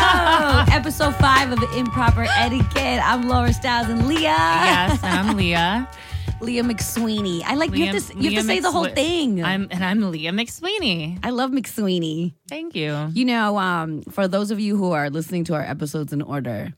Oh episode five of Improper Etiquette. I'm Laura Styles and Leah. Yes, and I'm Leah. Leah McSweeney. I like you have to Leah- you have Leah to say the whole McSwe- thing. i I'm and I'm Leah McSweeney. love McSweeney. Thank you. You know, um, for those of you who are listening to our episodes in order,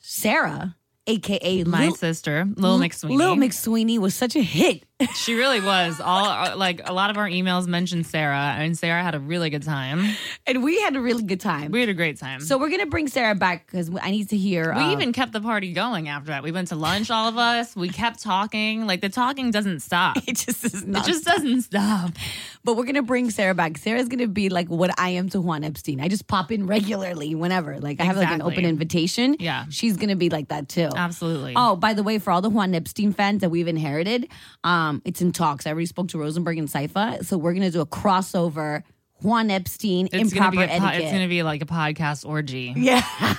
Sarah, aka My Lil, sister, Lil McSweeney. Lil McSweeney, was such a hit. she really was. All uh, like a lot of our emails mentioned Sarah, and Sarah had a really good time. and we had a really good time. We had a great time. so we're gonna bring Sarah back because I need to hear. we uh, even kept the party going after that. We went to lunch, all of us. We kept talking. Like the talking doesn't stop. It it just is not. just doesn't stop. But we're gonna bring Sarah back. Sarah's gonna be like what I am to Juan Epstein. I just pop in regularly whenever. Like I have like an Exactly. open invitation. Yeah. She's gonna be like that too. Absolutely. Oh, by the way, for all the Juan Epstein fans that we've inherited, um, it's in talks. I already spoke to Rosenberg and Saifa, so we're gonna do a crossover Juan Epstein it's gonna improper be a po- etiquette. it's gonna be like a podcast orgy.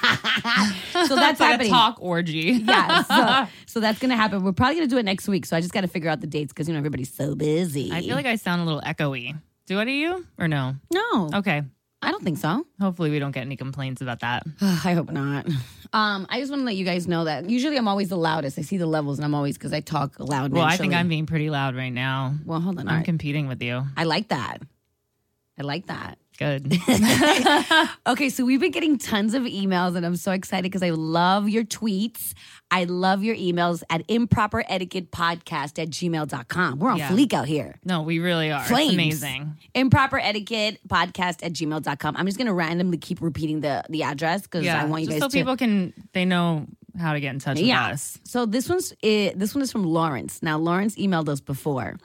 yeah. so that's it's like happening. a talk orgy. Yeah, so, so that's gonna happen. We're probably gonna do it next week. So I just gotta figure out the dates because you know everybody's so busy. I feel like I sound a little echoey. Do I do you or no? no, Okay. I don't think so. Hopefully, we don't get any complaints about that. I hope not. Um, I just want to let you guys know that usually I'm always the loudest. I see the levels, and I'm always because I talk loud. Well, I think naturally. I'm being pretty loud right now. Well, hold on. All I'm right. competing with you. I like that. I like that. Good. Okay, so we've been getting tons of emails, and I'm so excited because I love your tweets. I love your emails at improper etiquette podcast at gmail.com. We're on Yeah. fleek out here. no, we really are. Flames. It's amazing. Improper etiquette podcast at gmail.com. I'm just going to randomly keep repeating the, the address because Yeah. I want you Just guys so to. people can they know how to get in touch Yeah. with us. So this one's uh, this one is from Lawrence. Now Lawrence emailed us before.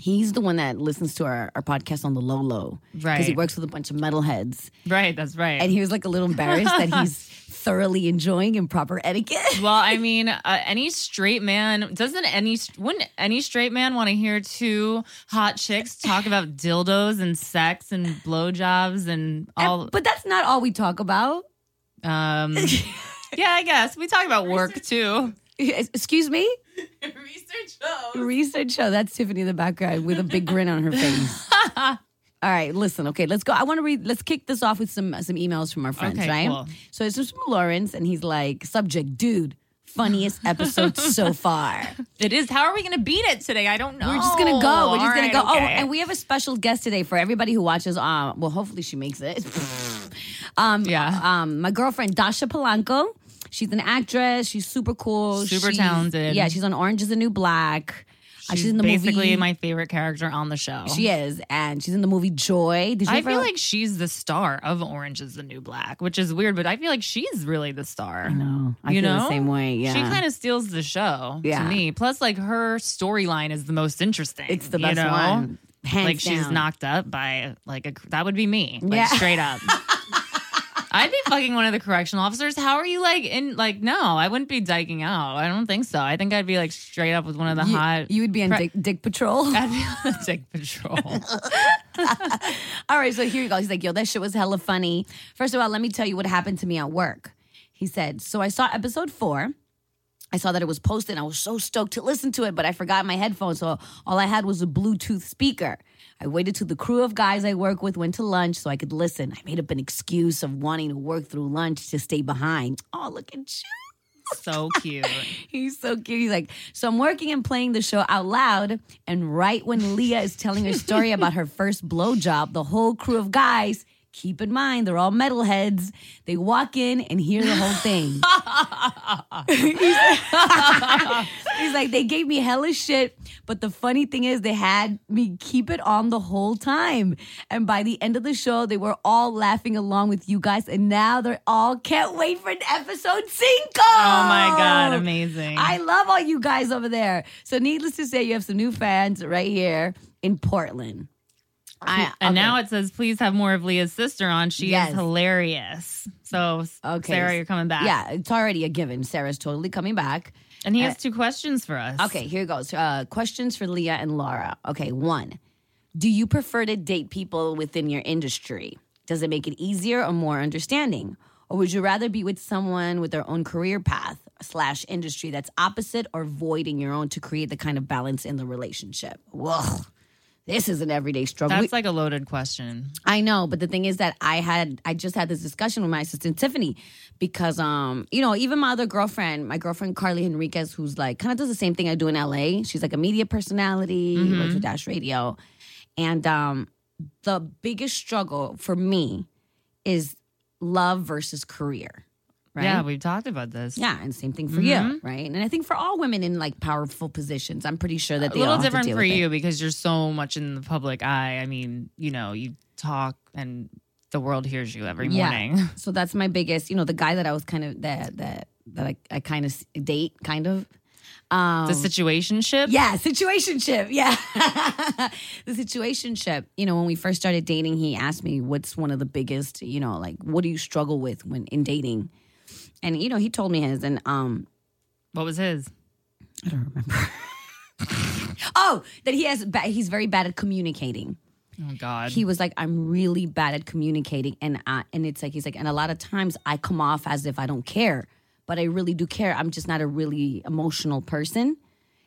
He's the one that listens to our, our podcast on the low low, Because he Right. works with a bunch of metalheads, Right. That's right. and he was like a little embarrassed that he's thoroughly enjoying improper etiquette. well, I mean, uh, any straight man doesn't any wouldn't any straight man want to hear two hot chicks talk about dildos and sex and blowjobs and all? but that's not all we talk about. Um, yeah, I guess we talk about work too. Excuse me. Research show. That's Tiffany in the background with a big grin on her face. All right, listen. Okay, let's go. I want to read. Let's kick this off with some some emails from our friends, Okay, right? cool. So it's just from Lawrence, and he's like, "Subject, dude, funniest episode so far. It is. How are we going to beat it today? I don't know. We're just gonna go. We're just gonna go. All right, Oh, okay. and we have a special guest today for everybody who watches. Um, well, hopefully she makes it. um, Yeah. Um, my girlfriend Dasha Polanco. She's an actress. She's super cool. Super She's- talented. Yeah, she's on Orange Is the New Black. Uh, She's, She's in the basically movie. my favorite character on the show. She is, and she's in the movie Joy. Did you Oh. I ever, feel like she's the star of Orange is the New Black, which is weird, but I feel like she's really the star. No, I you feel know? the same way. Yeah, She kind of steals the show Yeah. to me. Plus, like her storyline is the most interesting. it's the you best know? one. Hands like she's down. knocked up by like a that would be me. Like Yeah. straight up. I'd be fucking one of the correctional officers. How are you like in like no, I wouldn't be diking out. I don't think so. I think I'd be like straight up with one of the You, hot you would be on Pre- Dick, Dick Patrol. I'd be on the dick patrol. All right, so here you go. He's like, yo, that shit was hella funny. First of all, let me tell you what happened to me at work. He said, so I saw episode four. I saw that it was posted and I was so stoked to listen to it, but I forgot my headphones. So all I had was a Bluetooth speaker. I waited till the crew of guys I work with went to lunch so I could listen. I made up an excuse of wanting to work through lunch to stay behind. Oh, look at you. so cute. Oh He's so cute. He's like, so I'm working and playing the show out loud, and right when Leah is telling her story about her first blowjob, the whole crew of guys, keep in mind they're all metalheads, they walk in and hear the whole thing. He's like, they gave me hella shit, but the funny thing is, they had me keep it on the whole time. And by the end of the show, they were all laughing along with you guys, and now they're all can't wait for an episode cinco. Oh my god, amazing. I love all you guys over there. So, needless to say, you have some new fans right here in Portland. I, and okay. now it says, please have more of Leah's sister on. She Yes. is hilarious. So, Okay. Sarah, you're coming back. yeah, it's already a given. Sarah's totally coming back. And he has two questions for us. Okay, here goes. Uh, questions for Leah and Laura. Okay, one. Do you prefer to date people within your industry? Does it make it easier or more understanding? Or would you rather be with someone with their own career path slash industry that's opposite or void in your own to create the kind of balance in the relationship? Whoa. This is an everyday struggle. That's We- like a loaded question. I know, but the thing is that I had I just had this discussion with my assistant Tiffany because um you know even my other girlfriend my girlfriend Carly Henriquez who's like kind of does the same thing I do in LA she's like a media personality Mm-hmm. works with Dash Radio and um the biggest struggle for me is love versus career right Yeah, we've talked about this. yeah and same thing for Mm-hmm. you right and I think for all women in like powerful positions I'm pretty sure that a they little all have to different deal for with it. you because you're so much in the public eye. I mean, you know, you talk and the world hears you every Yeah. morning. So that's my biggest, you know, the guy that I was kind of that that that I, I kind of s- date, kind of. Um, The situation ship. yeah, situationship. Yeah, the situationship. You know, when we first started dating, he asked me, "What's one of the biggest? You know, like what do you struggle with when in dating?" And you know, he told me his, and um, What was his? I don't remember. oh, that he has. Ba- he's very bad at communicating. Oh God. he was like i'm really bad at communicating and I, and it's like he's like and a lot of times i come off as if i don't care but i really do care i'm just not a really emotional person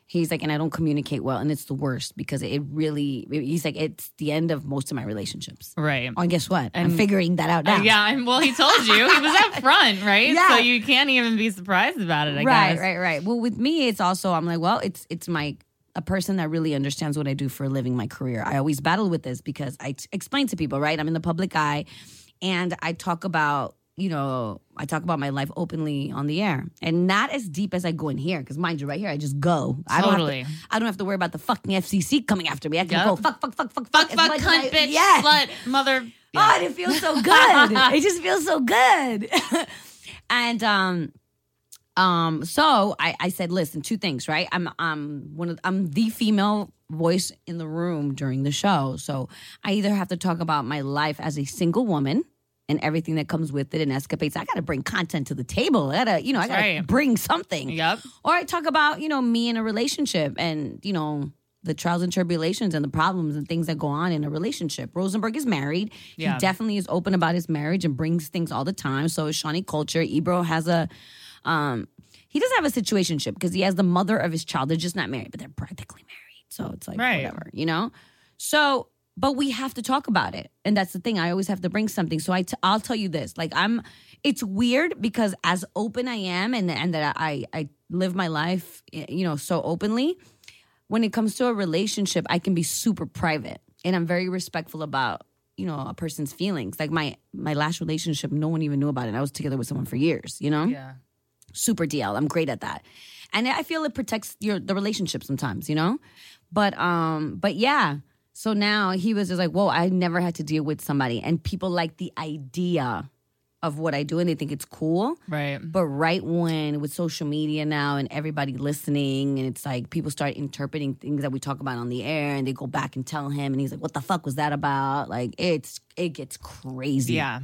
he's like and i don't communicate well and it's the worst because it really he's like it's the end of most of my relationships right. and guess what i'm figuring that out now Yeah, and well, he told you he was up front, right? Yeah. So you can't even be surprised about it. I right guess. right right well with me it's also i'm like well it's it's my a person that really understands what i do for a living my career i always battle with this because I t- explain to people right i'm in the public eye and i talk about you know i talk about my life openly on the air and not as deep as i go in here because mind you right here i just go I don't have to- Totally. i don't have to worry about the fucking fcc coming after me i can Yup. go fuck fuck fuck fuck Fuck, as fuck, much as cunt, I- bitch, Yes. slut, mother. Oh, and it feels so good. it just feels so good. and um um so I, I said, listen, two things, right? I'm I'm one of I'm the female voice in the room during the show. So I either have to talk about my life as a single woman and everything that comes with it and escapades. I gotta bring content to the table. I gotta, you know, I gotta right. bring something Yep. or I talk about you know me in a relationship and you know the trials and tribulations and the problems and things that go on in a relationship. Rosenberg is married. Yeah. He definitely is open about his marriage and brings things all the time. So is Shawnee Culture. Ebro has a um he doesn't have a situationship because he has the mother of his child. They're just not married, but they're practically married. So it's like Right. whatever, you know? So but we have to talk about it. And that's the thing. I always have to bring something. So I t- I'll tell you this. Like I'm it's weird because as open I am and and that I I live my life you know so openly, when it comes to a relationship, I can be super private and I'm very respectful about you know a person's feelings. Like my my last relationship, no one even knew about it. And I was together with someone for years, you know, Yeah. super DL. I'm great at that, and I feel it protects your the relationship sometimes, you know. But um, but yeah. So now he was just like, whoa, I never had to deal with somebody, and people like the idea of what I do, and they think it's cool. Right. But right when with social media now and everybody listening, and it's like people start interpreting things that we talk about on the air, and they go back and tell him, and he's like, "What the fuck was that about?" Like it's it gets crazy. Yeah.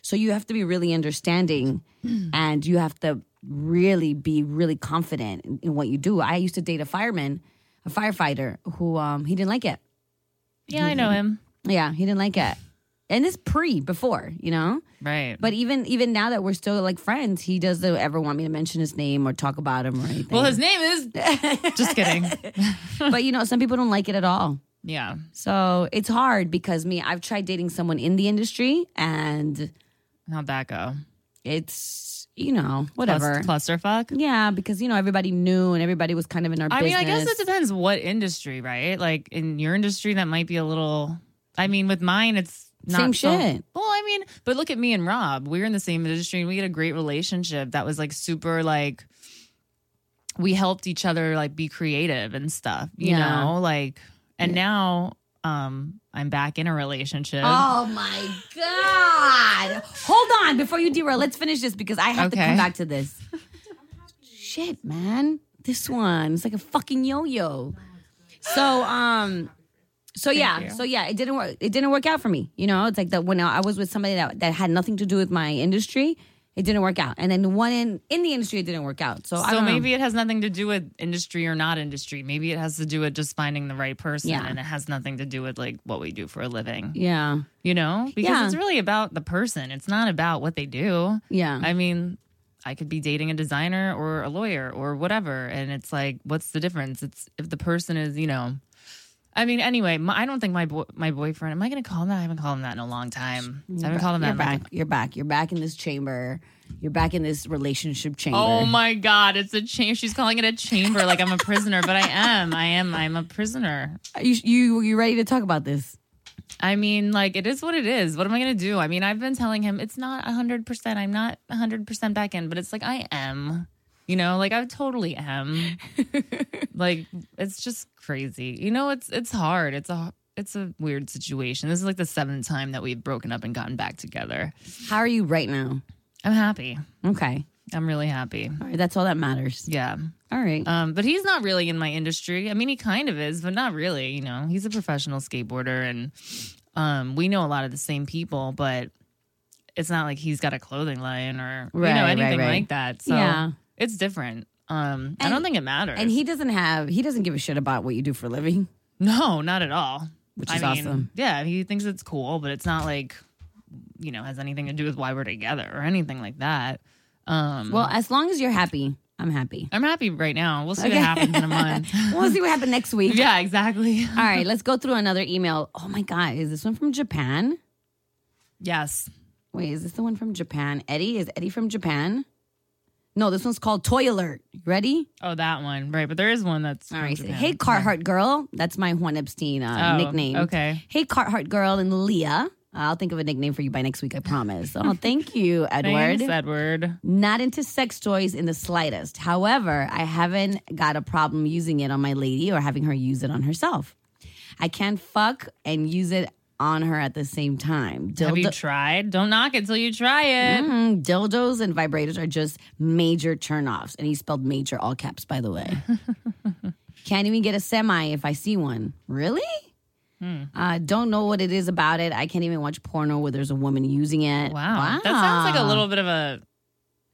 So you have to be really understanding, and you have to really be really confident in, in what you do. I used to date a fireman, a firefighter, who um he didn't like it. Yeah, I know him. Yeah, he didn't like it, and this pre before, you know. Right. But even even now that we're still like friends, he doesn't ever want me to mention his name or talk about him or anything. well, his name is. Just kidding. but you know, some people don't like it at all. Yeah. So it's hard because me, I've tried dating someone in the industry, and How'd that go? it's you know Clus- whatever. clusterfuck. Yeah, because you know everybody knew and everybody was kind of in our I mean, business. I guess it depends what industry, right? Like in your industry, that might be a little. I mean, with mine, it's not Same so- shit. Well, I mean, but look at me and Rob. We were in the same industry, and we had a great relationship. That was like super, like we helped each other like be creative and stuff. You Yeah. know, like and now um I'm back in a relationship. Oh my god! Hold on, before you derail, let's finish this because I have to Okay. come back to this. Shit, man, this one it's like a fucking yo-yo. So, um, so yeah, you. so yeah, it didn't work. It didn't work out for me. You know, it's like that when I was with somebody that that had nothing to do with my industry, it didn't work out. And then the one in in the industry, it didn't work out. So, I So don't know. maybe it has nothing to do with industry or not industry. Maybe it has to do with just finding the right person Yeah. and it has nothing to do with like what we do for a living. yeah, you know because Yeah. it's really about the person it's not about what they do yeah. i mean i could be dating a designer or a lawyer or whatever and it's like what's the difference it's if the person is you know I mean, anyway, my, I don't think my boy, my boyfriend. Am I going to call him that? I haven't called him that in a long time. I haven't called him that. You're in a long back. time. You're back. You're back in this chamber. You're back in this relationship chamber. Oh my god, it's a chamber. She's calling it a chamber, like I'm a prisoner, but I am. I am. I'm a prisoner. Are you you you ready to talk about this? I mean, like it is what it is. What am I going to do? I mean, I've been telling him it's not 100. percent I'm not 100 percent back in, but it's like I am. You know, like I totally am. like it's just crazy. You know, it's it's hard. It's a it's a weird situation. This is like the seventh time that we've broken up and gotten back together. How are you right now? I'm happy. Okay. I'm really happy. All right. That's all that matters. Yeah. All right. Um, but he's not really in my industry. I mean, he kind of is, but not really. You know, he's a professional skateboarder, and um, we know a lot of the same people, but it's not like he's got a clothing line or you Right, know right, anything right. like that. So Yeah. it's different. Um, I And- don't think it matters. and he doesn't have he doesn't give a shit about what you do for a living. no, not at all. Which I is mean, awesome. Yeah, he thinks it's cool, but it's not like you know has anything to do with why we're together or anything like that. Um, Well, as long as you're happy, I'm happy. I'm happy right now. We'll see what happens in a month. we'll see what happens next week. yeah, exactly. All right, let's go through another email. Oh my god, is this one from Japan? Yes. Wait, is this the one from Japan? Eddie? Is Eddie from Japan? No, this one's called Toy Alert. Ready? Oh, that one, right? But there is one that's All from right. so, Japan. hey, Carhartt girl. That's my Juan Epstein uh, Oh, nickname. okay. Hey, Carhartt girl and Leah. I'll think of a nickname for you by next week, I promise. Oh, thank you, Edward. Thanks, Edward. Not into sex toys in the slightest. However, I haven't got a problem using it on my lady or having her use it on herself. I can fuck and use it on her at the same time. Have you Dildo- tried? Don't knock it till you try it. Mm, dildos and vibrators are just major turnoffs. And he spelled major all caps, by the way. Can't even get a semi if I see one. Really? Hmm. Uh, don't know what it is about it. I can't even watch porno where there's a woman using it. Wow. that sounds like a little bit of a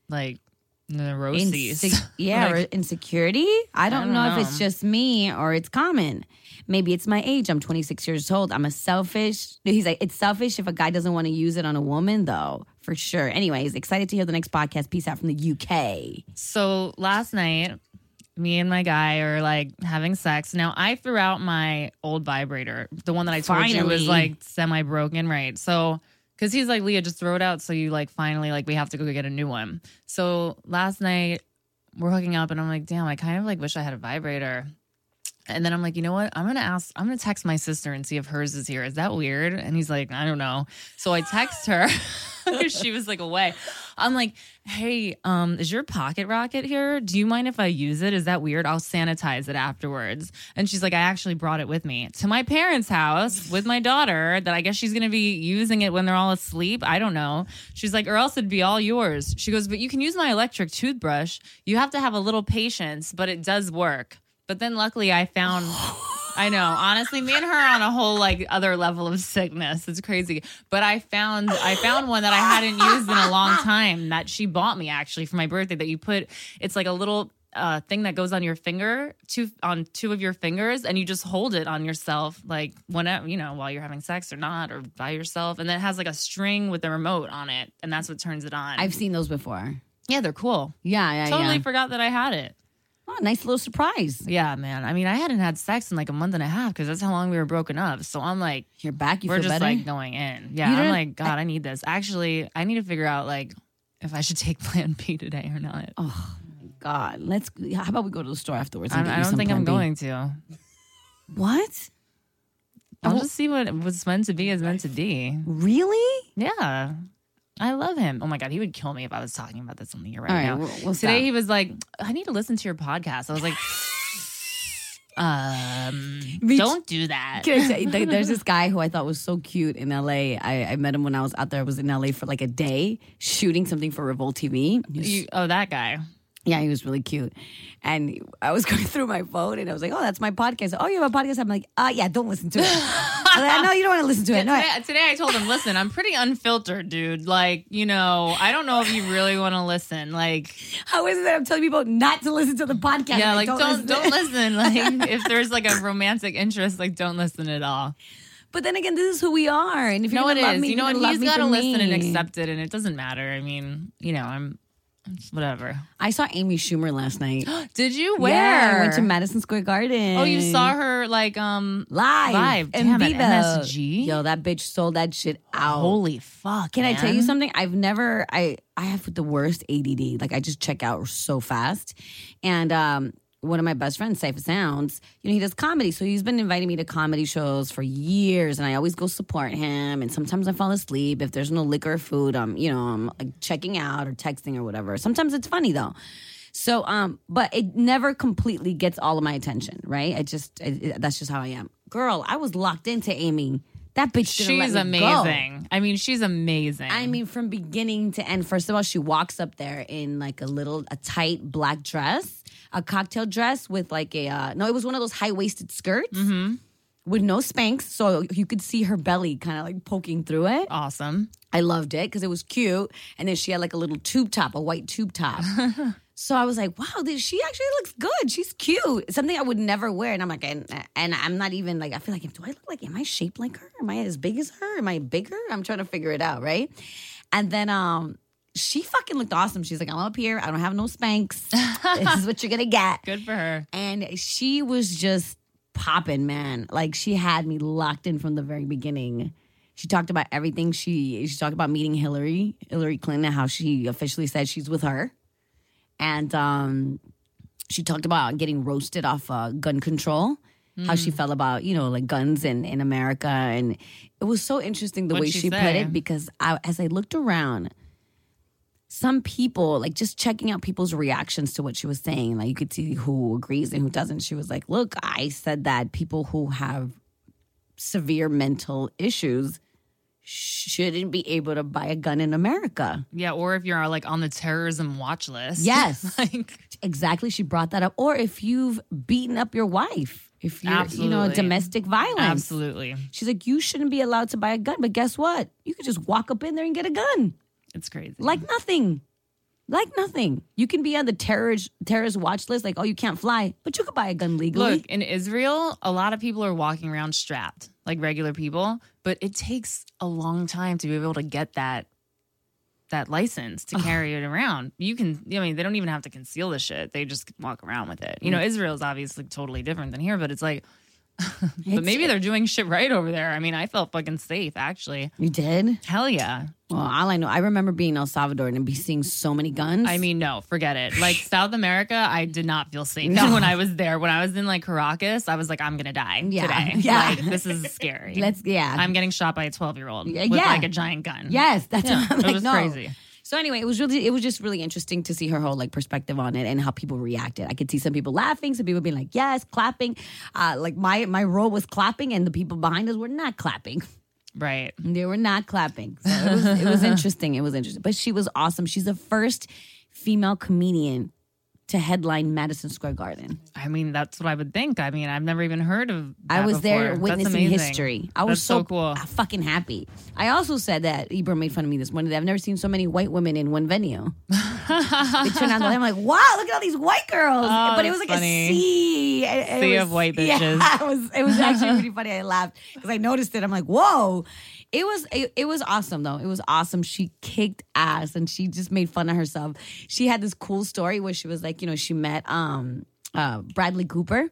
like neurosis. Inse- yeah, Like- or insecurity. I don't, don't know, if know. it's just me or it's common. Maybe it's my age. I'm 26 years old. I'm a selfish. He's like, it's selfish if a guy doesn't want to use it on a woman, though, for sure. Anyways, excited to hear the next podcast. Peace out from the UK. so last night, me and my guy are like having sex. Now I threw out my old vibrator, the one that I told you Finally. was like semi broken, right? So because he's like Leah, just throw it out. So you like finally like we have to go get a new one. So last night we're hooking up, and I'm like, damn, I kind of like wish I had a vibrator. And then I'm like, you know what? I'm gonna ask. I'm gonna text my sister and see if hers is here. Is that weird? And he's like, I don't know. So I text her. she was like away. I'm like, hey, um, is your pocket rocket here? Do you mind if I use it? Is that weird? I'll sanitize it afterwards. And she's like, I actually brought it with me to my parents' house with my daughter. That I guess she's gonna be using it when they're all asleep. I don't know. She's like, or else it'd be all yours. She goes, but you can use my electric toothbrush. You have to have a little patience, but it does work. But then luckily I found I know. Honestly, me and her are on a whole like other level of sickness. It's crazy. But I found I found one that I hadn't used in a long time that she bought me actually for my birthday that you put it's like a little uh, thing that goes on your finger, two on two of your fingers, and you just hold it on yourself, like whenever you know while you're having sex or not, or by yourself, and then it has like a string with a remote on it, and that's what turns it on. I've seen those before. yeah, they're cool. Yeah, yeah, Totally yeah. forgot that I had it. Oh, nice little surprise. Yeah, man. I mean, I hadn't had sex in like a month and a half because that's how long we were broken up. So I'm like, You're back. You we're feel just better. like going in. Yeah, You I'm don't- like, God, I need this. Actually, I need to figure out like if I should take Plan B today or not. oh my god. Let's. How about we go to the store afterwards? I, And get I you don't some think I'm Plan going to. B? What? I'll just see what what's meant to be is meant to be. Really? Yeah. I love him. Oh my God, he would kill me if I was talking about this on the air right, All right, now. we'll- we'll Today stop. he was like, I need to listen to your podcast. I was like, um, Me don't do that. Can I tell you, there- there's this guy who I thought was so cute in LA. I, I met him when I was out there. I was in LA for like a day shooting something for Revolt TV. He was- You- oh, that guy. yeah, he was really cute. And I was going through my phone and I was like, oh, that's my podcast. Oh, you have a podcast? I'm like, uh, yeah, don't listen to it. I was like, no, you don't want to listen to it. No, I- today, today I told him, listen, I'm pretty unfiltered, dude. Like, you know, I don't know if you really want to listen. Like, how is it that I'm telling people not to listen to the podcast? and yeah, like don't to it? don't listen. Like, if there's like a romantic interest, like don't listen at all. But then again, this is who we are. And if you No, don't it love is. me, you know you're what? gonna love He's me got to for listen and me. accept it, and it doesn't matter. I mean, you know, I'm whatever. I saw Amy Schumer last night. Did you? Where? Yeah, I went to Madison Square Garden. oh, you saw her like um live, live. in Damn it, vivo. MSG? Yo, that bitch sold that shit out. Holy fuck. Can I tell you man. something? I've never I I have the worst ADD. Like I just check out so fast. And um one of my best friends, Cypher Sounds, you know, he does comedy. So he's been inviting me to comedy shows for years and I always go support him. And sometimes I fall asleep. If there's no liquor or food, I'm, you know, I'm like checking out or texting or whatever. Sometimes it's funny though. So, um, but it never completely gets all of my attention, right? I just, I, I- that's just how I am. Girl, I was locked into Amy. That bitch didn't She's let me go. amazing. I mean, she's amazing. I mean, from beginning to end. First of all, she walks up there in like a little, a tight black dress, a cocktail dress with like a, uh, no, it was one of those high waisted skirts with no spanks. So you could see her belly kind of like poking through it. awesome. I loved it because it was cute. And then she had like a little tube top, a white tube top. so I was like, wow, this, she actually looks good. She's cute. Something I would never wear. And I'm like, and, and I'm not even like, I feel like, do I look like, am I shaped like her? Am I as big as her? Am I bigger? I'm trying to figure it out, right? And then, um, she fucking looked awesome. She's like, I'm up here. I don't have no spanks. this is what you're gonna get. Good for her. And she was just popping, man. Like she had me locked in from the very beginning. She talked about everything. She she talked about meeting Hillary, Hillary Clinton, and how she officially said she's with her. And um she talked about getting roasted off uh, gun control. How she felt about you know like guns in, in America, and it was so interesting the What'd way she she put say? it because I, as I looked around, some people like just checking out people's reactions to what she was saying like you could see who agrees and who doesn't she was like look i said that people who have severe mental issues shouldn't be able to buy a gun in america Yeah, or if you're like on the terrorism watch list. Yes. like exactly she brought that up or if you've beaten up your wife if you're you know Absolutely. domestic violence absolutely. she's like you shouldn't be allowed to buy a gun but guess what you could just walk up in there and get a gun It's crazy. like nothing. Like nothing. You can be on the terrorist terrorist watch list, like, oh, you can't fly, but you could buy a gun legally. Look, in Israel, a lot of people are walking around strapped, like regular people, but it takes a long time to be able to get that that license to carry it around. You can I mean, they don't even have to conceal the shit. They just walk around with it. You Mm. know, Israel's obviously totally different than here, but it's like but It's- maybe they're doing shit right over there. I mean, I felt fucking safe actually. You did? Hell yeah. Well, all I know, I remember being in El Salvador and be seeing so many guns. I mean, no, forget it. Like South America, I did not feel safe when I was there. When I was in like Caracas, I was like, I'm gonna die Yeah. today. Yeah. Like this is scary. let's yeah. I'm getting shot by a 12 year old Yeah, with yeah. like a giant gun. yes, that's Yeah, what I'm it like, was no. crazy. So anyway, it was really it was just really interesting to see her whole like perspective on it and how people reacted. I could see some people laughing, some people being like, yes, clapping. Uh, like my my row was clapping and the people behind us were not clapping. Right. They were not clapping. So it, was, it was interesting. It was interesting. But she was awesome. She's the first female comedian to headline Madison Square Garden. I mean, that's what I would think. I mean, I've never even heard of that I was there before. That's witnessing amazing. history. I was That's so cool. fucking happy. I also said that Ibra made fun of me this morning that I've never seen so many white women in one venue. they turned on the light. I'm like, wow, look at all these white girls. Oh, but it was that's like funny. a sea. It- it Sea was- of white bitches. Yeah, it was, it was actually pretty funny. I laughed because I noticed it. I'm like, whoa. It was it, it was awesome though. It was awesome. She kicked ass and she just made fun of herself. She had this cool story where she was like, you know, she met um uh Bradley Cooper.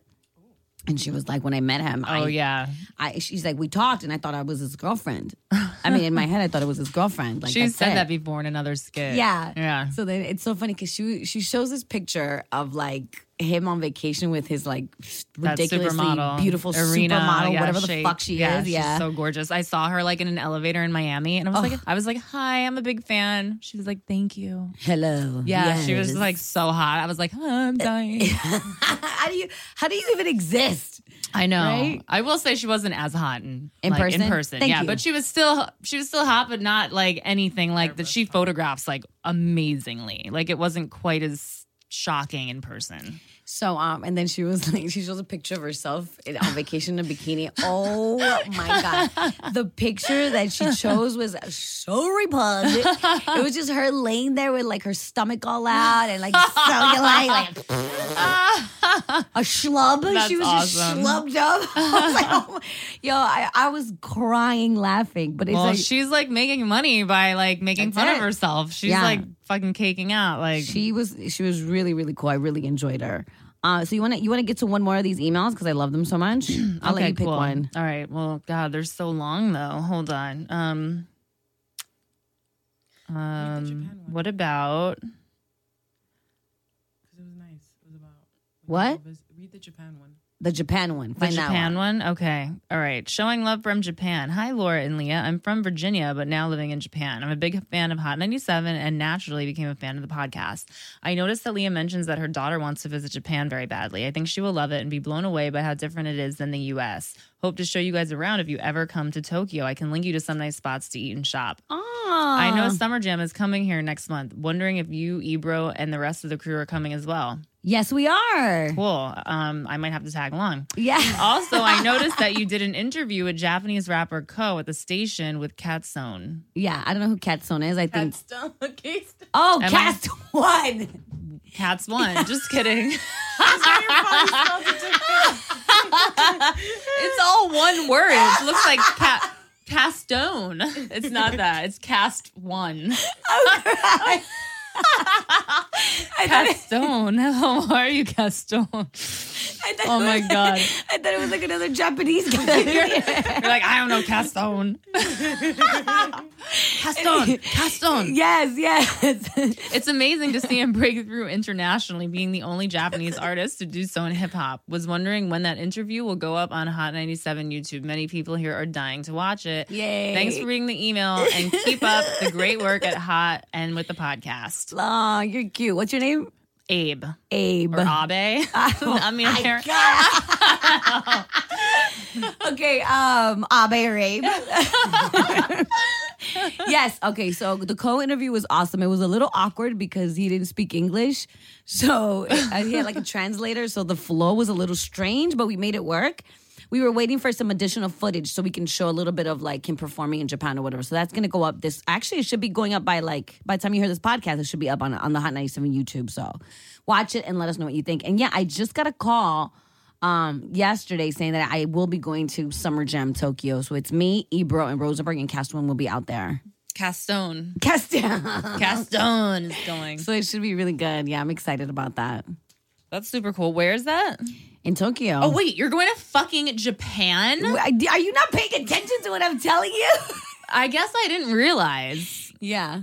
And she was like, when I met him, Oh, I, yeah. I, she's like, we talked, and I thought I was his girlfriend. I mean, in my head, I thought it was his girlfriend. Like She that's said it. that before in another skit. Yeah. Yeah. So then it's so funny because she she shows this picture of like him on vacation with his like That ridiculously supermodel, beautiful arena, supermodel, yeah, whatever the fuck she yeah, is. she's Yeah. Oh. so gorgeous. I saw her like in an elevator in Miami, and I was like, I was like, "Hi, I'm a big fan." She was like, "Thank you." Hello. Yeah, she was yes. Eh, like so hot. I was like, "Huh, "I'm dying." how do you how do you even exist? I know. Right? I will say she wasn't as hot in, In like, In person? person, Thank yeah, you. but she was still she was still hot, but not like anything like that. She photographs like amazingly. Like it wasn't quite as shocking in person. So um, and then she was like, she shows a picture of herself in, on vacation in a bikini. Oh my god, the picture that she chose was so repugnant. It was just her laying there with like her stomach all out and like cellulite, like a schlub. That's she was awesome. just schlubbed up. I was like, oh my- Yo, I, I was crying laughing, but it's well, like she's like making money by like making That's fun it. of herself. She's Yeah. like fucking caking out. Like she was she was really really cool. I really enjoyed her. Uh, so you want to you want to get to one more of these emails because I love them so much. I'll let Okay, you pick cool. one. All right. Well, God, they're so long though. Hold on. Um, um what about Because it was nice. It was about. What? Read the Japan one. The Japan one. the Find that Japan one. one? Okay. All right. Showing love from Japan. Hi, Laura and Leah. I'm from Virginia, but now living in Japan. I'm a big fan of Hot 97 and naturally became a fan of the podcast. I noticed that Leah mentions that her daughter wants to visit Japan very badly. I think she will love it and be blown away by how different it is than the U.S. Hope to show you guys around if you ever come to Tokyo. I can link you to some nice spots to eat and shop. Oh, I know Summer Jam is coming here next month. Wondering if you, Ebro, and the rest of the crew are coming as well. Yes, we are. Cool. Um, I might have to tag along. Yeah. Also, I noticed that you did an interview with Japanese rapper Ko at the station with Katsune. Yeah, I don't know who Catstone is. I think. That's still the case. Oh, Am I- Cast One. Cats one. Just kidding. it's all one word. It looks like cat. Castone. It's not that. It's cast one. I thought, it, Castone. How are you, Castone? I thought it Oh my was- God. I thought it was like another Japanese guy. You're like, I don't know, Castone. Castone. Castone. yes, yes. It's amazing to see him break through internationally, being the only Japanese artist to do so in hip hop. Was wondering when that interview will go up on Hot 97 YouTube. Many people here are dying to watch it. Yay. Thanks for reading the email and keep up the great work at Hot and with the podcast. Aw, you're cute. What's your name? Abe Abe. or Abe. I mean, I can't- okay, um, Abe or Abe. yes, okay, so the co interview was awesome. It was a little awkward because he didn't speak English. So uh, he had like a translator, so the flow was a little strange, but we made it work. We were waiting for some additional footage so we can show a little bit of like him performing in Japan or whatever. So that's gonna go up this actually it should be going up by like by the time you hear this podcast, it should be up on on the Hot 97 YouTube. So watch it and let us know what you think. And yeah, I just got a call um, yesterday saying that I will be going to Summer Jam Tokyo. So it's me, Ebro, and Rosenberg, and Castone will be out there. Castone. Castone. Uh-huh. Castone is going. so it should be really good. Yeah, I'm excited about that. That's super cool. Where is that? In Tokyo. Oh, wait, you're going to fucking Japan? wait. Are you not paying attention to what I'm telling you? I guess I didn't realize. yeah,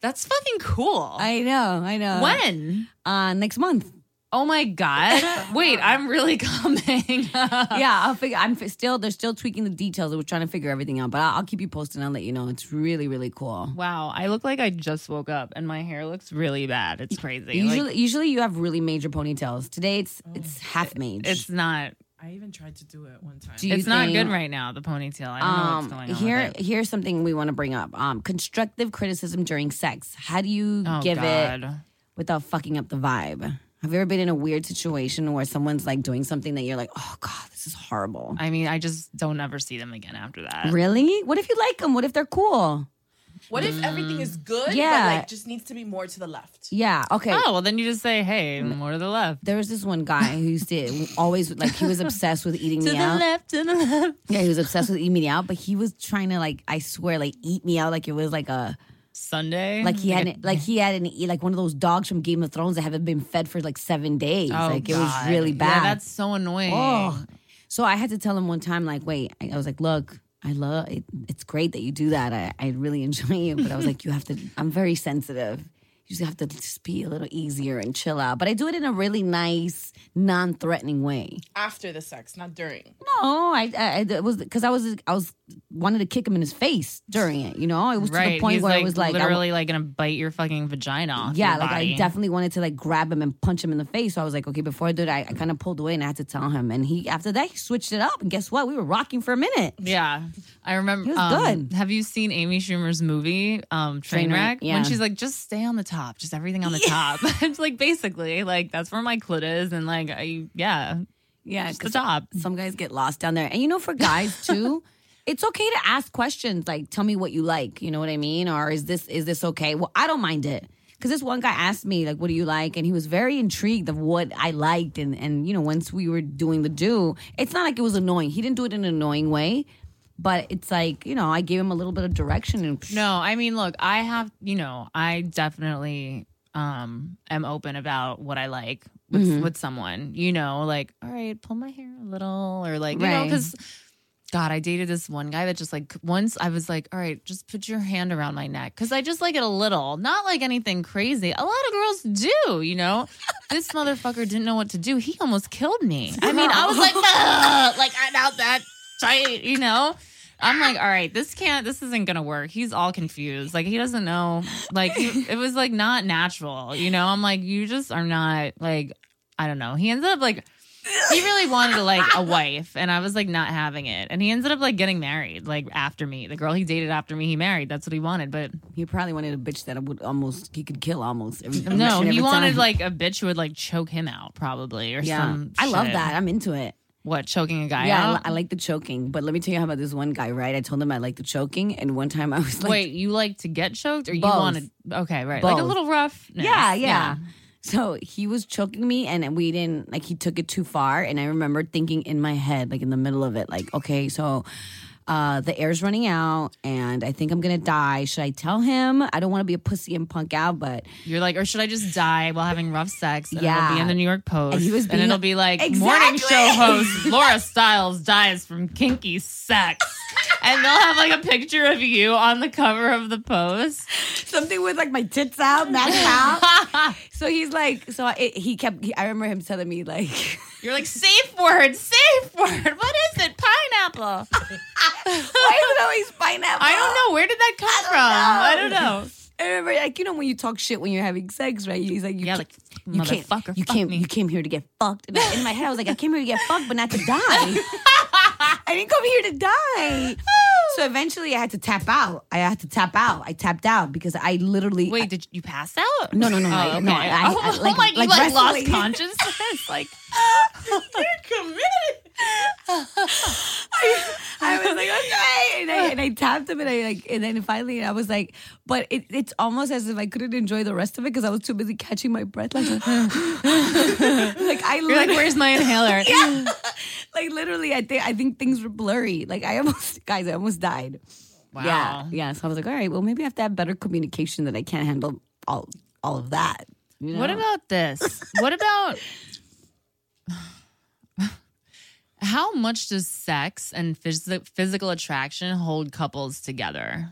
That's fucking cool. I know. I know. when? Uh, next month. Oh my god! Wait, I'm really coming. yeah, I'll figure. I'm fi- still. They're still tweaking the details. We're trying to figure everything out, but I'll, I'll keep you posted. and I'll let you know. It's really, really cool. Wow, I look like I just woke up, and my hair looks really bad. It's crazy. Usually, Like, usually you have really major ponytails. Today it's it's half mage. Oh. it's not. I even tried to do it one time. Do you- It's not think- good right now. The ponytail. I don't know what's Um, going on. here, with it. here's something we want to bring up. Um, constructive criticism during sex. How do you Oh give god. it without fucking up the vibe? Have you ever been in a weird situation where someone's like doing something that you're like, oh god, this is horrible? I mean, I just don't ever see them again after that. really? What if you like them? What if they're cool? what if everything is good? Yeah. But like, just needs to be more to the left. Yeah. Okay. Oh well, then you just say, "Hey, Mm. more to the left." There was this one guy who used to always like he was obsessed with eating me out. left, to the left. Yeah, he was obsessed with eating me out, but he was trying to like I swear like eat me out like it was like a Sunday. Like he Like had, a- not like he had an like one of those dogs from Game of Thrones that haven't been fed for like seven days. Oh, like it God. was really bad. Yeah, that's so annoying. oh. So I had to tell him one time, like, wait, I, I was like, look, I love it. It's great that you do that. I, I really enjoy you, but I was like, you have to. I'm very sensitive. You just have to just be a little easier and chill out. But I do it in a really nice, non-threatening way. After the sex, not during. No, I, I it was because I was I was wanted to kick him in his face during it. You know, it was Right, to the point he's where like it was like I- literally like gonna bite your fucking vagina off. Yeah, your like body. I definitely wanted to like grab him and punch him in the face. So I was like, okay, before I did, I, I kind of pulled away and I had to tell him. And he after that he switched it up. And guess what? We were rocking for a minute. Yeah, I remember. He was um, good. Have you seen Amy Schumer's movie um, Trainwreck? Trainwreck, yeah. When she's like, just stay on the top, just everything on the top. it's like basically like that's where my clit is, and like I yeah, Yeah, just the top. some guys get lost down there. And you know, for guys too, it's okay to ask questions like, tell me what you like. You know what I mean? Or is this is this okay? Well, I don't mind it. because this one guy asked me like, "What do you like?" and he was very intrigued of what I liked, and and you know, once we were doing the do, it's not like it was annoying. He didn't do it in an annoying way, but it's like you know, I gave him a little bit of direction and No, I mean, look, I have, you know, I definitely um am open about what I like with, with someone, you know, like, all right, pull my hair a little, or like, you know, Right. because God, I dated this one guy that just like once I was like, all right, just put your hand around my neck because I just like it a little, not like anything crazy. A lot of girls do, you know. this motherfucker didn't know what to do. He almost killed me. I mean, I was like, "Ugh," like I'm out that tight, you know. I'm like, all right, this can't, this isn't gonna work. He's all confused. Like he doesn't know. Like he- it was like not natural, you know. I'm like, you just are not like, I don't know. He ended up like he really wanted like a wife and i was like not having it and he ended up like getting married like after me the girl he dated after me he married that's what he wanted but he probably wanted a bitch that would almost he could kill almost. Every, no every he wanted time. like a bitch who would like choke him out probably or yeah. some I love shit. that. I'm into it. what choking a guy Yeah, I, out li- I like the choking, but let me tell you how about this one guy. Right, I told him I like the choking, and one time I was like, wait you like to get choked or you Both. wanted okay right like a Both. little rough Yeah, yeah. So he was choking me, and we didn't like. He took it too far, and I remember thinking in my head, like in the middle of it, like, okay, so uh, the air's running out, and I think I'm gonna die. Should I tell him? I don't want to be a pussy and punk out, but You're like, or should I just die while having rough sex? And Yeah. it'll be in the New York Post. And he was being- it'll be like morning Exactly. show host Laura Stiles dies from kinky sex. and they'll have like a picture of you on the cover of the post. something with like my tits out, max out. so he's like, so I, he kept. I remember him telling me like. You're like, safe word, safe word. What is it? Pineapple. Why is it always pineapple? I don't know. Where did that come I don't from? know. I don't know. I remember, like you know, when you talk shit when you're having sex, right? He's like, you Yeah, ca- like, you can't, motherfucker, you fuck came, me. you came here to get fucked. And I- in my head, I was like, I came here to get fucked, but not to die. I didn't come here to die. Oh. so eventually, I had to tap out. I had to tap out. I tapped out because I literally Wait, did you pass out? No, no, no, Oh, I- no, okay. I- I- oh, like- like, you like like lost wrestling. consciousness. Like, I was like, okay. And I, and I tapped him and I like, and then finally I was like, but it, it's almost as if I couldn't enjoy the rest of it because I was too busy catching my breath. Like, like I you're like, literally- where's my inhaler? like literally, I think I think things were blurry. Like I almost, guys, I almost died. Wow. Yeah, yeah. So I was like, all right, well, maybe I have to have better communication that I can't handle all all of that. you What know? about this? What about how much does sex and phys- physical attraction hold couples together?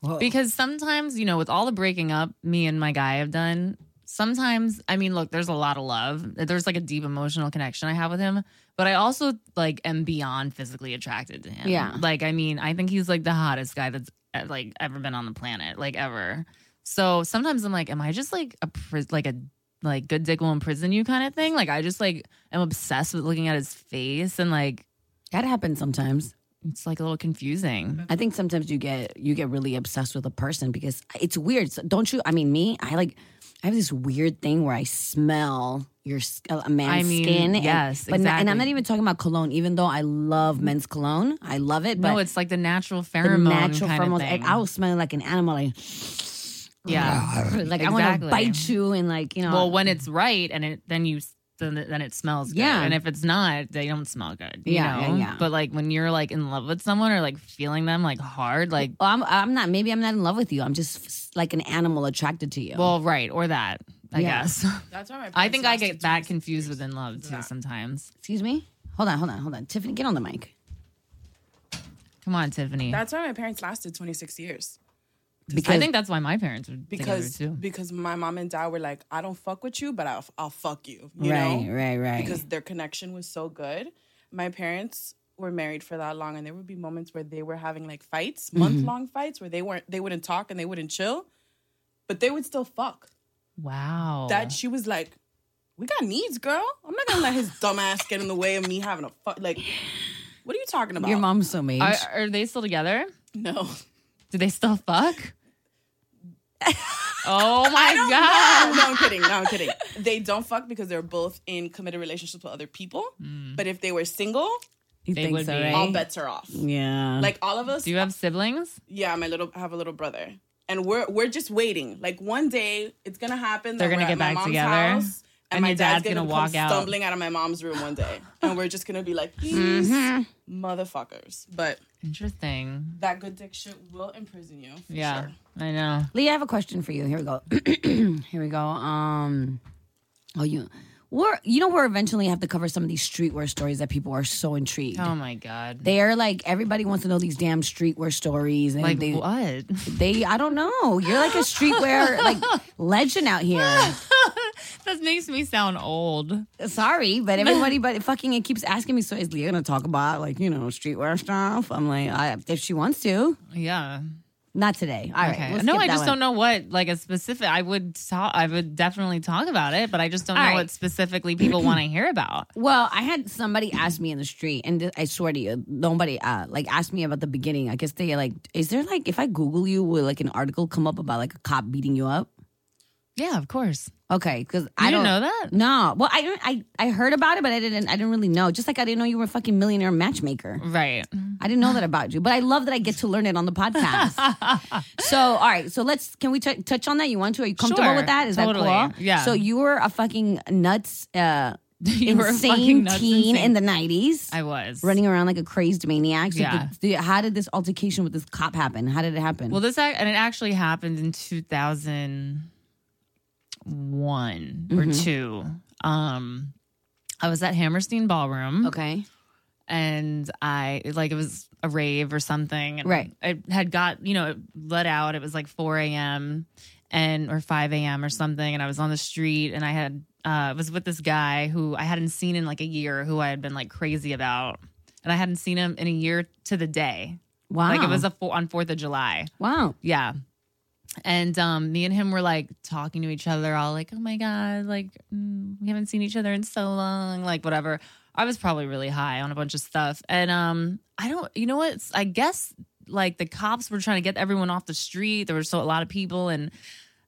Whoa. Because sometimes, you know, with all the breaking up me and my guy have done, sometimes, I mean, look, there's a lot of love. There's like a deep emotional connection I have with him, but I also like am beyond physically attracted to him. Yeah. Like, I mean, I think he's like the hottest guy that's eh, like ever been on the planet, like ever. So sometimes I'm like, am I just like a pris- like a like good dick will imprison you kind of thing? Like I just like am obsessed with looking at his face and like that happens sometimes? it's like a little confusing. I think sometimes you get you get really obsessed with a person because it's weird. So don't you? I mean, me, I like I have this weird thing where I smell your s- uh, a man's I mean, skin. and- yes, but not- and I'm exactly. not even talking about cologne. Even though I love men's cologne, I love it. No, but it's like the natural the pheromone natural kind pheromones. of thing. and I was smelling like an animal, like yeah. like I want to Exactly. bite you and like you know. Well, when it's right and it then you then it, then it smells good. Yeah. And if it's not, they don't smell good. you Yeah, yeah, know? yeah. But like when you're like in love with someone or like feeling them like hard, like Well, I'm, I'm not. Maybe I'm not in love with you. I'm just f- like an animal attracted to you. well, right or that. I Yeah. guess. That's why my I think I parents get lasted that 26 confused years. with in love too sometimes. excuse me. Hold on, hold on, hold on. Tiffany, get on the mic. Come on, Tiffany. That's why my parents lasted 26 years Because I think that's why my parents were because together too. because my mom and dad were like, I don't fuck with you, but I'll I'll fuck you. You right, know, right, right. because their connection was so good. My parents were married for that long, and there would be moments where they were having like fights, month long fights, where they weren't they wouldn't talk and they wouldn't chill, but they would still fuck. Wow. That she was like, "We got needs, girl. I'm not gonna let his dumb ass get in the way of me having a fuck." Like, what are you talking about? your mom's so mage. are, are they still together? No. Do they still fuck? oh my No, god. no, I'm kidding. No, I'm kidding. They don't fuck because they're both in committed relationships with other people. But if they were single, you they think would so, be. right? all bets are off. Yeah. Like all of us. Do you have siblings? yeah, my little I have a little brother. and we're we're just waiting. Like one day it's gonna happen. that They're gonna we're get back at my mom's together, house, and, and my your dad's, dad's gonna, gonna come walk out. stumbling out of my mom's room one day, and we're just gonna be like, "These Mm-hmm. motherfuckers!" But Interesting. that good dick shit will imprison you. for Yeah, sure. I know. Lee, I have a question for you. Here we go. Here we go. Um, oh, you, we're, you know, we're eventually have to cover some of these streetwear stories that people are so intrigued. Oh my god. They're like everybody wants to know these damn streetwear stories, and like they, what? they, I don't know. You're like a streetwear like legend out here. that makes me sound old. Sorry, but everybody, but fucking, it keeps asking me. So is Leah gonna talk about like you know streetwear stuff? I'm like, I, if she wants to, Yeah. not today. All right. Okay. we'll no, skip I that just one. don't know what like a specific. I would talk. I would definitely talk about it, but I just don't All know right. what specifically people want to hear about. Well, I had somebody ask me in the street, and th- I swear to you, nobody uh, like asked me about the beginning. I guess they like, is there like, if I Google you, will like an article come up about like a cop beating you up? Yeah, of course. Okay, because You I didn't don't know that. No, well, I, didn't- I I heard about it, but I didn't. I didn't really know. Just like I didn't know you were a fucking millionaire matchmaker. Right. I didn't know that about you, but I love that I get to learn it on the podcast. so, all right, so let's can we t- touch on that? You want to? Are you comfortable Sure, with that? Is totally. that cool? Yeah. So you were a fucking nuts, uh, You were insane fucking nuts, teen insane. in the nineties. I was running around like a crazed maniac. So Yeah. the- the- how did this altercation with this cop happen? How did it happen? Well, this ac- and it actually happened in two thousand one or Mhm. two. Um, I was at Hammerstein Ballroom. okay. and I like it was a rave or something. And Right. It had got you know it let out. It was like four a.m. and or five a.m. or something, and I was on the street and I had uh, was with this guy who I hadn't seen in like a year, who I had been like crazy about, and I hadn't seen him in a year to the day. Wow. Like it was a four, on Fourth of July. wow. Yeah. And um, me and him were like talking to each other, all like, oh my God, like mm, we haven't seen each other in so long, like whatever. I was probably really high on a bunch of stuff. And um, I don't, you know what? It's- I guess like the cops were trying to get everyone off the street. There were so a lot of people. And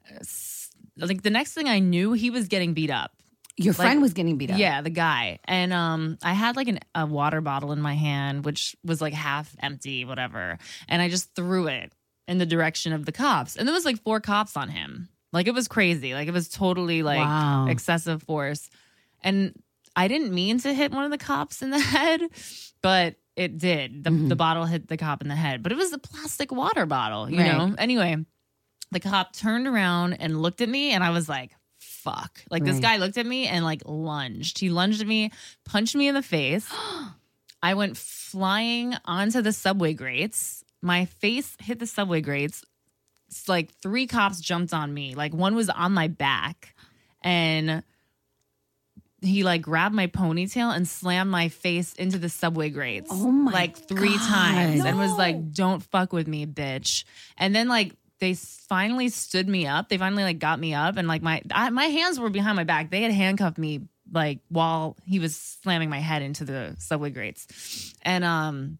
uh, s- like the next thing I knew, he was getting beat up. Your like- friend was getting beat up. Yeah, the guy. And um I had like an, a water bottle in my hand which was like half empty, whatever. And I just threw it in the direction of the cops. And there was like four cops on him. Like it was crazy. Like it was totally like Wow. excessive force. And I didn't mean to hit one of the cops in the head, but it did. The, Mhm. the bottle hit the cop in the head, but it was a plastic water bottle, you Right. know? Anyway, the cop turned around and looked at me, and I was like, fuck. Like this Right. guy looked at me and like lunged. He lunged at me, punched me in the face. I went flying onto the subway grates. My face hit the subway grates. It's like three cops jumped on me. Like one was on my back and he like grabbed my ponytail and slammed my face into the subway grates Oh my like three God. times and was No. like don't fuck with me bitch and then like they s- finally stood me up they finally like got me up and like my I, my hands were behind my back they had handcuffed me like while he was slamming my head into the subway grates and um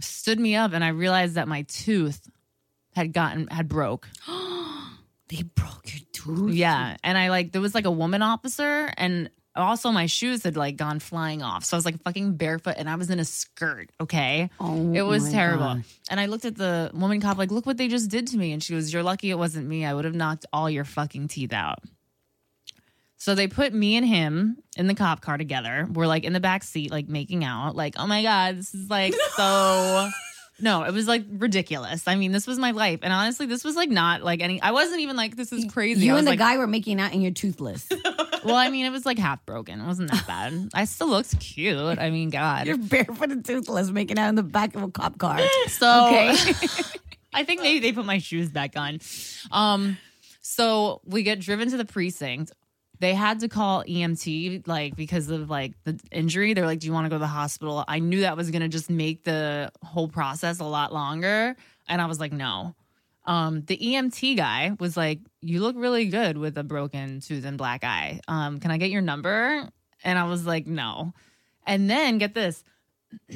stood me up and i realized that my tooth had gotten had broke they broke your Oh, tooth. yeah. And I like, there was like a woman officer, and also my shoes had like gone flying off. So I was like fucking barefoot and I was in a skirt. Okay. Oh, It was my terrible. God. And I looked at the woman cop, like, look what they just did to me. And she goes, You're lucky it wasn't me. I would have knocked all your fucking teeth out. So they put me and him in the cop car together. We're like in the back seat, like making out, like, oh my God, this is like so. No, it was like ridiculous. I mean, this was my life. And honestly, this was like not like any, I wasn't even like, this is crazy. I You was and the like, guy were making out, and you're toothless. well, I mean, it was like half broken. It wasn't that bad. I still looked cute. I mean, God. you're barefoot and toothless, making out in the back of a cop car. so Okay. I think maybe they put my shoes back on. Um, so we get driven to the precinct. They had to call EMT, like because of like the injury. They're like, "Do you want to go to the hospital?" I knew that was gonna just make the whole process a lot longer, and I was like, "No." Um, the EMT guy was like, "You look really good with a broken tooth and black eye. Um, can I get your number?" And I was like, "No." And then get this,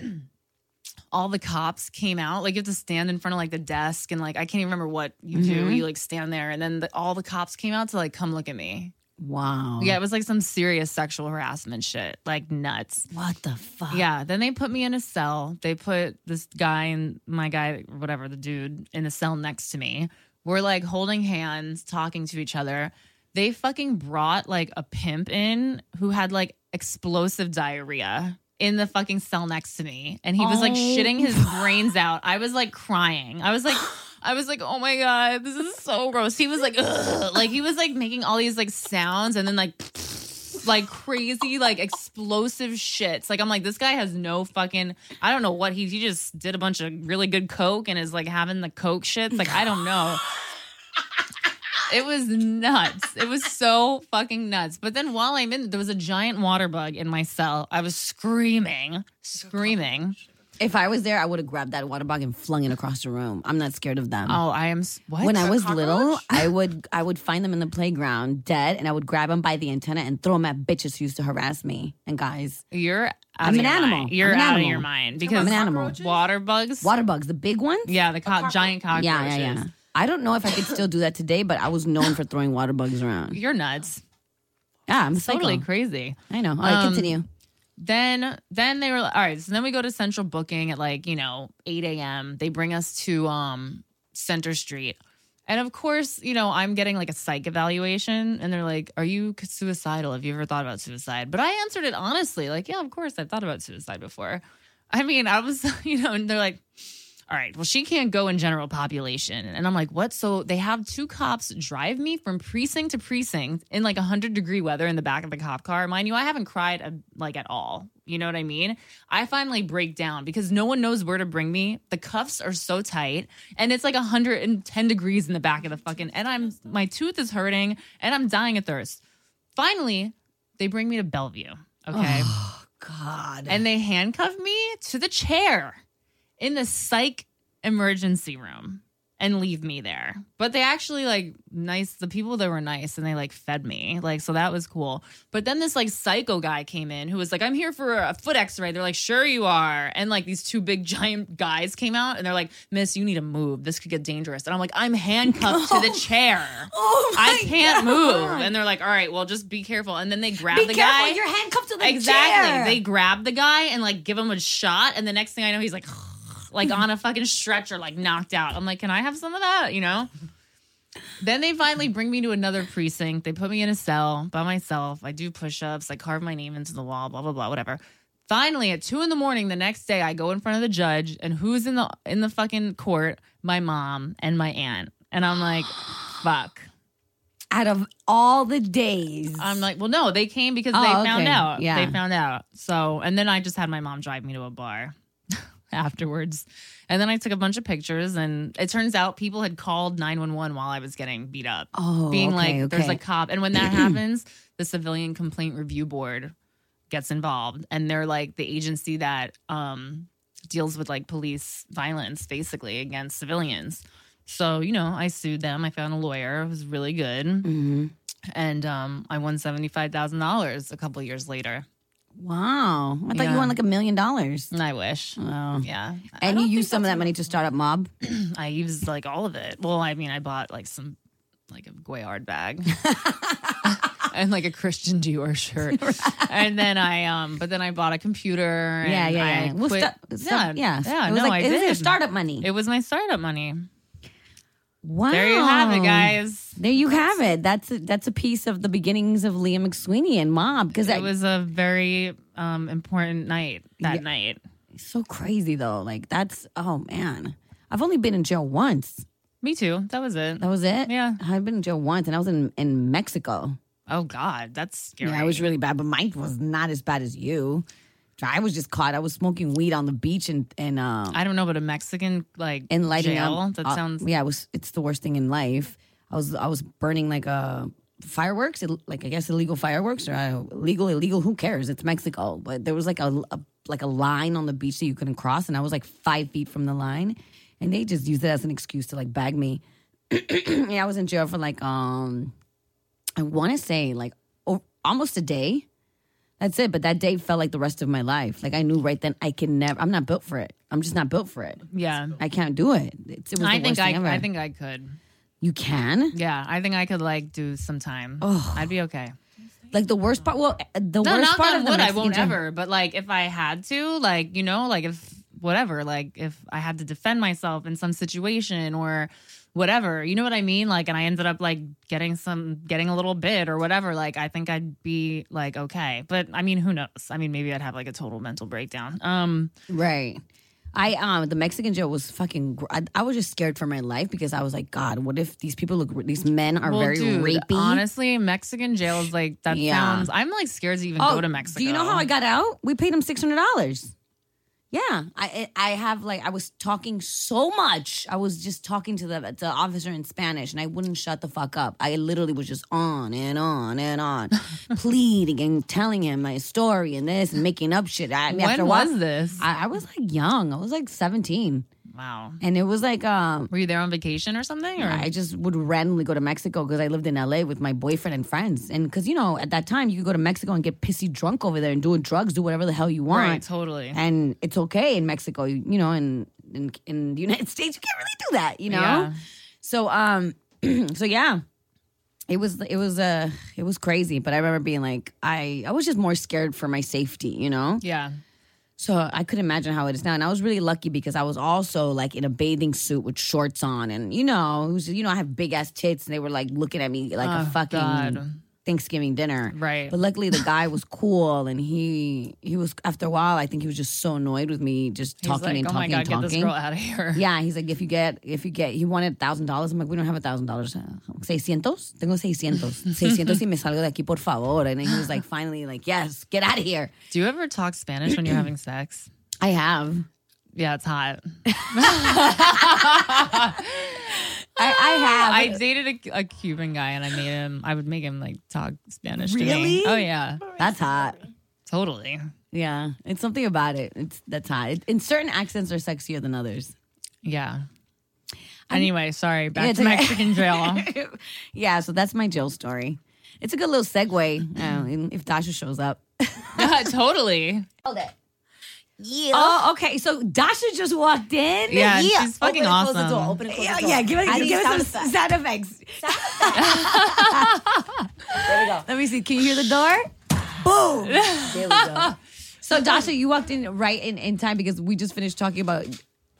all the cops came out. Like you have to stand in front of like the desk and like I can't even remember what you do. Mhm. You like stand there, and then the, all the cops came out to like come look at me. Wow. Yeah, it was like some serious sexual harassment shit, like nuts. What the fuck? Yeah. Then they put me in a cell. They put this guy and my guy, whatever, the dude, in the cell next to me. We're like holding hands, talking to each other. They fucking brought like a pimp in who had like explosive diarrhea in the fucking cell next to me. And he was like Oh. shitting his brains out. I was like crying. I was like, I was like, oh my God, this is so gross. He was like, Ugh. like he was like making all these like sounds and then like like crazy, like explosive shits. Like I'm like, this guy has no fucking. I don't know what he. He just did a bunch of really good coke and is like having the coke shits. Like I don't know. It was nuts. It was so fucking nuts. But then while I'm in, there was a giant water bug in my cell. I was screaming, screaming. If I was there, I would have grabbed that water bug and flung it across the room. I'm not scared of them. Oh, I am. s- What? when I A was little, cockroach? I would I would find them in the playground dead, and I would grab them by the antenna and throw them at bitches who used to harass me and guys. you're. Out I'm of an your animal. mind. You're I'm an out of animal. your mind I'm because an animal. cockroaches? water bugs. Water bugs, the big ones. Yeah, the co- giant cockroaches. yeah, yeah, yeah. I don't know if I could still do that today, but I was known for throwing water bugs around. You're nuts. Yeah, I'm Totally psycho. crazy. I know. All right, Um, continue. Then then they were all right. So then we go to central booking at like, you know, 8 a.m. They bring us to um Center Street. And of course, you know, I'm getting like a psych evaluation and they're like, Are you suicidal? Have you ever thought about suicide? But I answered it honestly, like, Yeah, of course, I've thought about suicide before. I mean, I was, you know, and they're like, all right, well, she can't go in general population. And I'm like, what? So they have two cops drive me from precinct to precinct in like 100 degree weather in the back of the cop car. Mind you, I haven't cried uh, like at all. You know what I mean? I finally break down because no one knows where to bring me. The cuffs are so tight and it's like 110 degrees in the back of the fucking, and I'm, my tooth is hurting and I'm dying of thirst. Finally, they bring me to Bellevue. Okay. Oh God. And they handcuffed me to the chair in the psych emergency room and leave me there. But they actually like nice the people that were nice and they like fed me. Like so that was cool. But then this like psycho guy came in who was like I'm here for a foot x-ray. They're like sure you are. And like these two big giant guys came out and they're like miss you need to move. This could get dangerous. And I'm like I'm handcuffed to the chair. oh my I can't God. move. And they're like all right, well just be careful. And then they grab Be the careful! guy You're handcuffed to the exactly. chair. They grab the guy and like give him a shot, and the next thing I know, he's like, like on a fucking stretcher, like knocked out. I'm like, can I have some of that? You know. Then they finally bring me to another precinct. They put me in a cell by myself. I do push ups. I carve my name into the wall. Blah blah blah. Whatever. Finally, at two in the morning the next day, I go in front of the judge, and who's in the in the fucking court? My mom and my aunt. And I'm like, fuck. out of all the days. I'm like, well, no, they came because Oh, they found okay. out. Yeah. They found out. So, and then I just had my mom drive me to a bar afterwards. And then I took a bunch of pictures, and it turns out people had called 911 while I was getting beat up, oh, being okay, like, okay. there's a cop. And when that happens, the Civilian Complaint Review Board gets involved, and they're like the agency that um, deals with like police violence basically against civilians. So, you know, I sued them. I found a lawyer. It was really good Mhm. and um, I won seventy five thousand dollars a couple years later. Wow, I thought Yeah. you won like a million dollars. And I wish. Oh. Yeah, I, And you don't used think some of that's that money to start up mob. I used like all of it. Well, I mean, I bought like some, like a Goyard bag and like a Christian Dior shirt, and then I um, but then I bought a computer. And yeah, yeah, yeah. I Well, quit- stu- stu- yeah, yeah, yeah. It was no, like I it was did. your startup money. It was my startup money. wow. There you have Oh. it, guys. There you have it. That's a, that's a piece of the beginnings of Liam McSweeney and Mob because It was a very um, important night that Yeah. night. so crazy though. Like that's oh man, I've only been in jail once. Me too. That was it. That was it. Yeah. I've been in jail once, and I was in in Mexico. Oh God, that's scary. Yeah, I was really bad, but mine was not as bad as you. I was just caught. I was smoking weed on the beach and and um I don't know, but a Mexican like and lighting jail. up. That uh, sounds yeah. It was it's the worst thing in life. I was I was burning like uh fireworks, ill- like I guess illegal fireworks or uh, legal illegal. Who cares? It's Mexico. But there was like a, a like a line on the beach that you couldn't cross, and I was like five feet from the line, and they just used it as an excuse to like bag me. yeah, I was in jail for like um, I want to say like o- almost a day. That's it. But that day felt like the rest of my life. Like I knew right then I can never. I'm not built for it. I'm just not built for it. yeah. I can't do it. It's, it was the I think worst I thing ever. I think I could. You can? Yeah, I think I could like do some time. Oh. I'd be okay. Like the worst part. Well, the No, worst knock part on of the wood, I Mexican won't job- ever. But like, if I had to, like, you know, like if whatever, like if I had to defend myself in some situation or whatever, you know what I mean? Like, and I ended up like getting some, getting a little bit or whatever. Like, I think I'd be like okay. But I mean, who knows? I mean, maybe I'd have like a total mental breakdown. Um, Right. I um the Mexican jail was fucking. Gr- I, I was just scared for my life because I was like, God, what if these people look? These men are well, very dude, rapey. Honestly, Mexican jail is like that. Yeah. Oh, Sounds. I'm like scared to even go to Mexico. Do you know how I got out? We paid him six hundred dollars. Yeah, I I I have like I was talking so much. I was just talking to the the officer in Spanish, and I wouldn't shut the fuck up. I literally was just on and on and on, pleading and telling him my story and this and making up shit. I, When after a while, was this? I, I was like young. I was like seventeen, wow. and it was like um. Were you there on vacation or something? Or I just would randomly go to Mexico because I lived in LA with my boyfriend and friends. And because, you know, at that time, you could go to Mexico and get pissy drunk over there and do drugs, do whatever the hell you want. right, totally. and it's okay in Mexico, you, you know, and in, in the United States, you can't really do that, you know. Yeah. So, um, so yeah, it was it was uh it was crazy, but I remember being like, I I was just more scared for my safety, you know. Yeah. So I could imagine how it is now, and I was really lucky because I was also like in a bathing suit with shorts on, and you know, it was, you know, I have big ass tits, and they were like looking at me like a Oh, fucking God. Thanksgiving dinner, Right. but luckily, the guy was cool, and he he was after a while. I think he was just so annoyed with me just He's talking like, and oh talking my God, and get talking. this girl out of here. yeah, he's like, if you get, if you get, he wanted thousand dollars. I'm like, we don't have a thousand dollars. Seiscientos? Tengo seiscientos. Seiscientos y me salgo de aquí, por favor. And he was like, finally, like, yes, get out of here. Do you ever talk Spanish when you're having sex? I have. Yeah, it's hot. I, I have. I dated a, a Cuban guy and I made him, I would make him like talk Spanish to Really? me. Oh, yeah. that's hot. Totally. Yeah, it's something about it. It's that's hot. It, and certain accents are sexier than others. Yeah. Anyway, sorry. Back Yeah, it's to okay. Mexican jail. yeah, so that's my Jill story. It's a good little segue uh, if Dasha shows up. Yeah, totally. Oh, okay. So Dasha just walked in. Yeah, she's fucking open awesome. And close the door. Open and close Yeah, the door. yeah, give it, I need give sound us some effects. sound effects. There we go. Let me see. Can you hear the door? Boom. There we go. So Dasha, you walked in right in, in time because we just finished talking about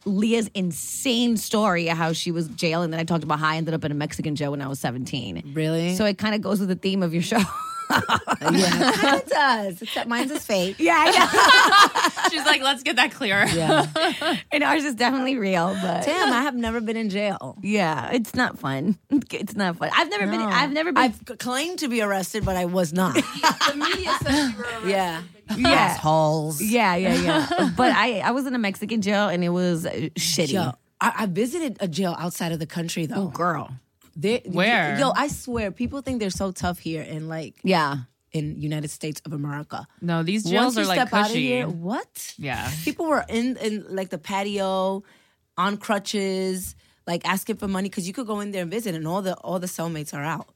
Leah's insane story of how she was jail, and then I talked about how I ended up in a Mexican jail when I was 17. Really? So it kind of goes with the theme of your show. yeah. it does. Except mine's is fake. yeah, I She's like, let's get that clear. Yeah. know. and ours is definitely real, but Damn, I have never been in jail. Yeah, it's not fun. It's not fun. I've never been. No. I've never been. I've claimed to be arrested, but I was not. The media says you were arrested. yeah. yeah, Halls. yeah, yeah, yeah. but I, I was in a Mexican jail and it was uh, shitty. Yo, I, I visited a jail outside of the country though. Girl. They- Where? Yo, I swear, people think they're so tough here in like Yeah. in United States of America. No, these jails Once you are like step out of cushy. here, what? Yeah. People were in in like the patio, on crutches, like asking for money because you could go in there and visit, and all the all the cellmates are out.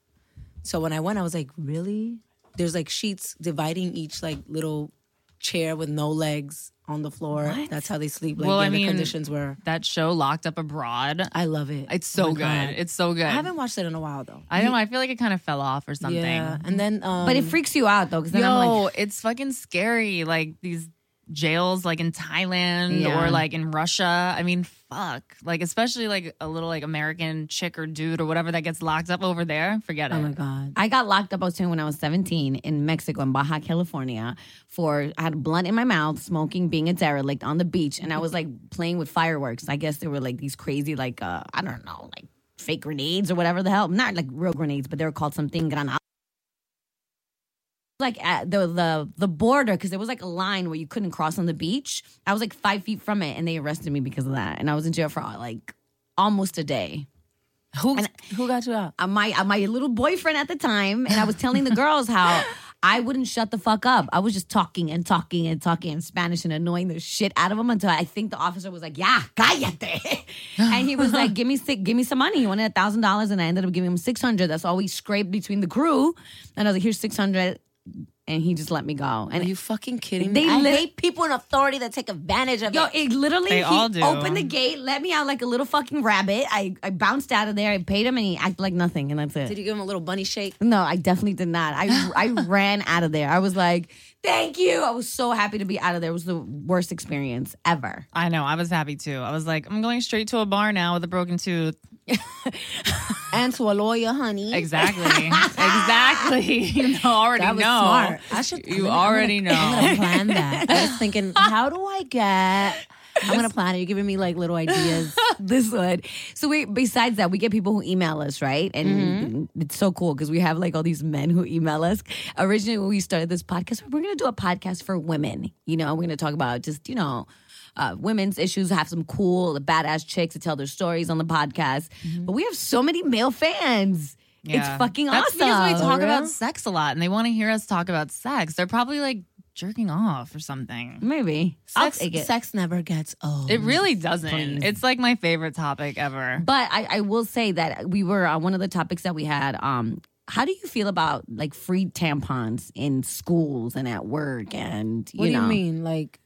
So when I went, I was like, really? There's like sheets dividing each like little chair with no legs on the floor. That's how they sleep. Like Well, the I other mean- conditions were. That show, Locked Up Abroad, I love it. it's Oh so my good. God. It's so good. I haven't watched it in a while though. I know. I feel like it kind of fell off or something. Yeah, and then um, But it freaks you out though, because then Yo, I'm like, it's fucking scary. Like these jails, like in Thailand Yeah. or like in Russia. I mean, fuck. Like especially like a little like American chick or dude or whatever that gets locked up over there. Forget it. oh my god, I got locked up. I was saying when I was 17 in Mexico, in Baja California, for I had a blunt in my mouth, smoking, being a derelict on the beach, and I was like playing with fireworks. I guess they were like these crazy, like uh, I don't know, like fake grenades or whatever the hell. Not like real grenades, but they were called something granada. Like at the the the border because there was like a line where you couldn't cross on the beach. I was like five feet from it, and they arrested me because of that, and I was in jail for like almost a day who who got you out? uh, my uh, my little boyfriend at the time, and I was telling the girls how I wouldn't shut the fuck up. I was just talking and talking and talking in Spanish and annoying the shit out of him until I think the officer was like, "Yeah, cállate," and he was like, "Give me six, give me some money." He wanted a thousand dollars, and I ended up giving him six hundred. That's all we scraped between the crew, and I was like, "Here's six hundred. and he just let me go. Are And you fucking kidding They me? I lit- hate people in authority that take advantage of Yo, it. it literally They he all do. opened the gate, let me out like a little fucking rabbit. I, I bounced out of there, I paid him and he acted like nothing and that's it. Did you give him a little bunny shake? no, I definitely did not. I I ran out of there. I was like, "Thank you." I was so happy to be out of there. It was the worst experience ever. I know. I was happy too. I was like, I'm going straight to a bar now with a broken tooth. And to a lawyer, honey. Exactly. exactly. You know, already That was know. smart. I should. You I'm gonna- already I'm know. gonna- I'm gonna plan that. I was thinking, how do I get? I'm gonna plan it. You're giving me like little ideas. this one. So we besides that, we get people who email us, right? And Mm-hmm. it's so cool because we have like all these men who email us. Originally, when we started this podcast, we're going to do a podcast for women. You know, we're going to talk about just you know. Uh, women's issues have some cool badass chicks to tell their stories on the podcast, but we have so many male fans. Mm-hmm. Yeah. It's fucking That's awesome. because we talk For about real? sex a lot and they want to hear us talk about sex. They're probably like jerking off or something. maybe I'll Sex, take it. sex never gets old. It really doesn't. Please. It's like my favorite topic ever. But I, I will say that we were on one of the topics that we had. Um, how do you feel about like free tampons in schools and at work? And you What do know, you mean? Like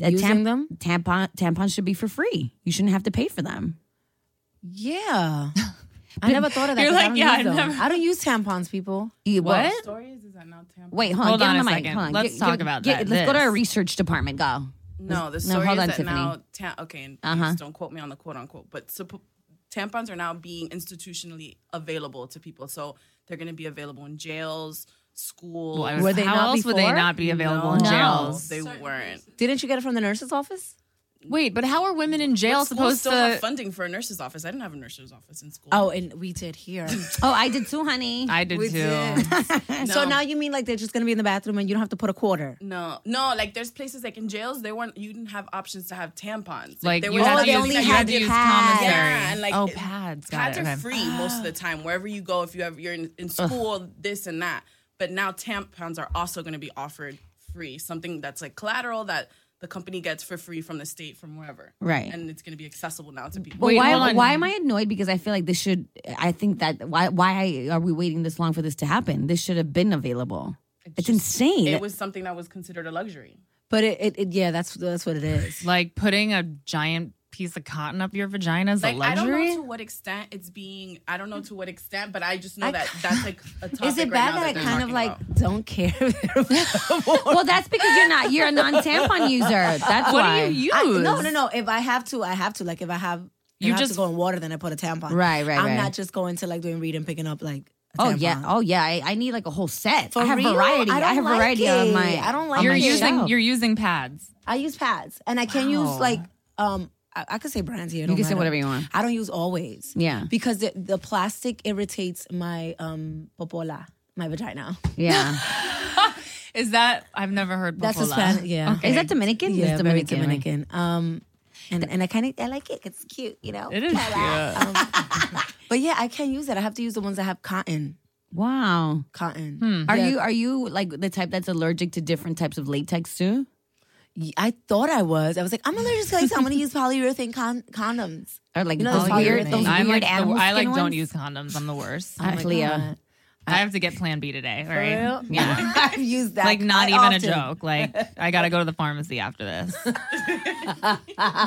a using tam- them? Tampon tampons should be for free. You shouldn't have to pay for them. Yeah. I never thought of that. You're 'cause like, I don't yeah, use I them. never- I don't use tampons, people. You- well, E, What? story is, is that now tampons? Wait, hold on. Hold get on on a the mic. second. Hold on. Let's Get- talk get- about get- that. Let's go to our This. research department. Go. No, the No, story hold is on, that Tiffany. now. Ta- okay, and please Uh-huh. don't quote me on the quote unquote, but supp- tampons are now being institutionally available to people. So they're going to be available in jails, schools. Well, I was- Were they how not else would they before? not be available in No. jails? They weren't. Didn't you get it from the nurse's office? Wait, but how are women in jail Schools supposed still to? have funding for a nurse's office. I didn't have a nurse's office in school. Oh, and we did here. Oh, I did too, honey. I did We too. did. So No. now you mean like they're just gonna be in the bathroom and you don't have to put a quarter? No, no, like there's places like in jails, they weren't, you didn't have options to have tampons. Like there you was had to nothing they use- only you that had to use pads. commissary. Yeah, and, like, oh, it- pads. Got pads it. are Okay. free most of the time wherever you go if you have you're in, in school this and that but now tampons are also going to be offered free something that's like collateral that the company gets for free from the state from wherever Right. and it's going to be accessible now to people But Wait, hold why? on. Why am I annoyed? Because I feel like this should. I think that why? Why are we waiting this long for this to happen? This should have been available. it's insane. it was something that was considered a luxury But it, it, it yeah, that's that's what it is. Like putting a giant piece of cotton up your vagina is like a i don't luxury. know to what extent it's being i don't know to what extent but i just know that that's like a topic Is it right bad now that I they're kind of talking like about. don't care? Well, that's because you're not. You're a non-tampon user. That's what why. do you use? I- no, no, no. If I have to, I have to. Like if I have, if You I have just- to go in water, then I put a tampon. Right, right, I'm right. not just going to like doing read and picking up like. a Oh tampon. yeah. Oh yeah. I, I need like a whole set. For I have real? variety. I I, don't have like variety on it. my. I don't on like You're my it. using shelf. you're using pads. I use pads, and I can Wow. use like um. I, I could say brands here. it You don't can say matter. whatever you want. I don't use always. Yeah. because the, the plastic irritates my um popola, my vagina. Yeah. Is that I've never heard. That's a popola. Spanish. Yeah. Is that Dominican? Yeah, it's very Dominican. right? Dominican. Um, and, and I kind of I like it. It's cute, you know. It is. cute. Um, but yeah, I can't use it. I have to use the ones that have cotton. Wow. Cotton. Are you are you like the type that's allergic to different types of latex too? Y- I thought I was. I was like, I'm allergic to latex. I'm gonna use polyurethane con- condoms. Or like You know, those those weird, polyurethane. those I'm weird like the- animal I like skin don't ones? use condoms. I'm the worst. I'm my Cleo. God. I have to get Plan B today. All right. real? Yeah. I've used that. Like not quite even a often. joke. Like I gotta go to the pharmacy after this. So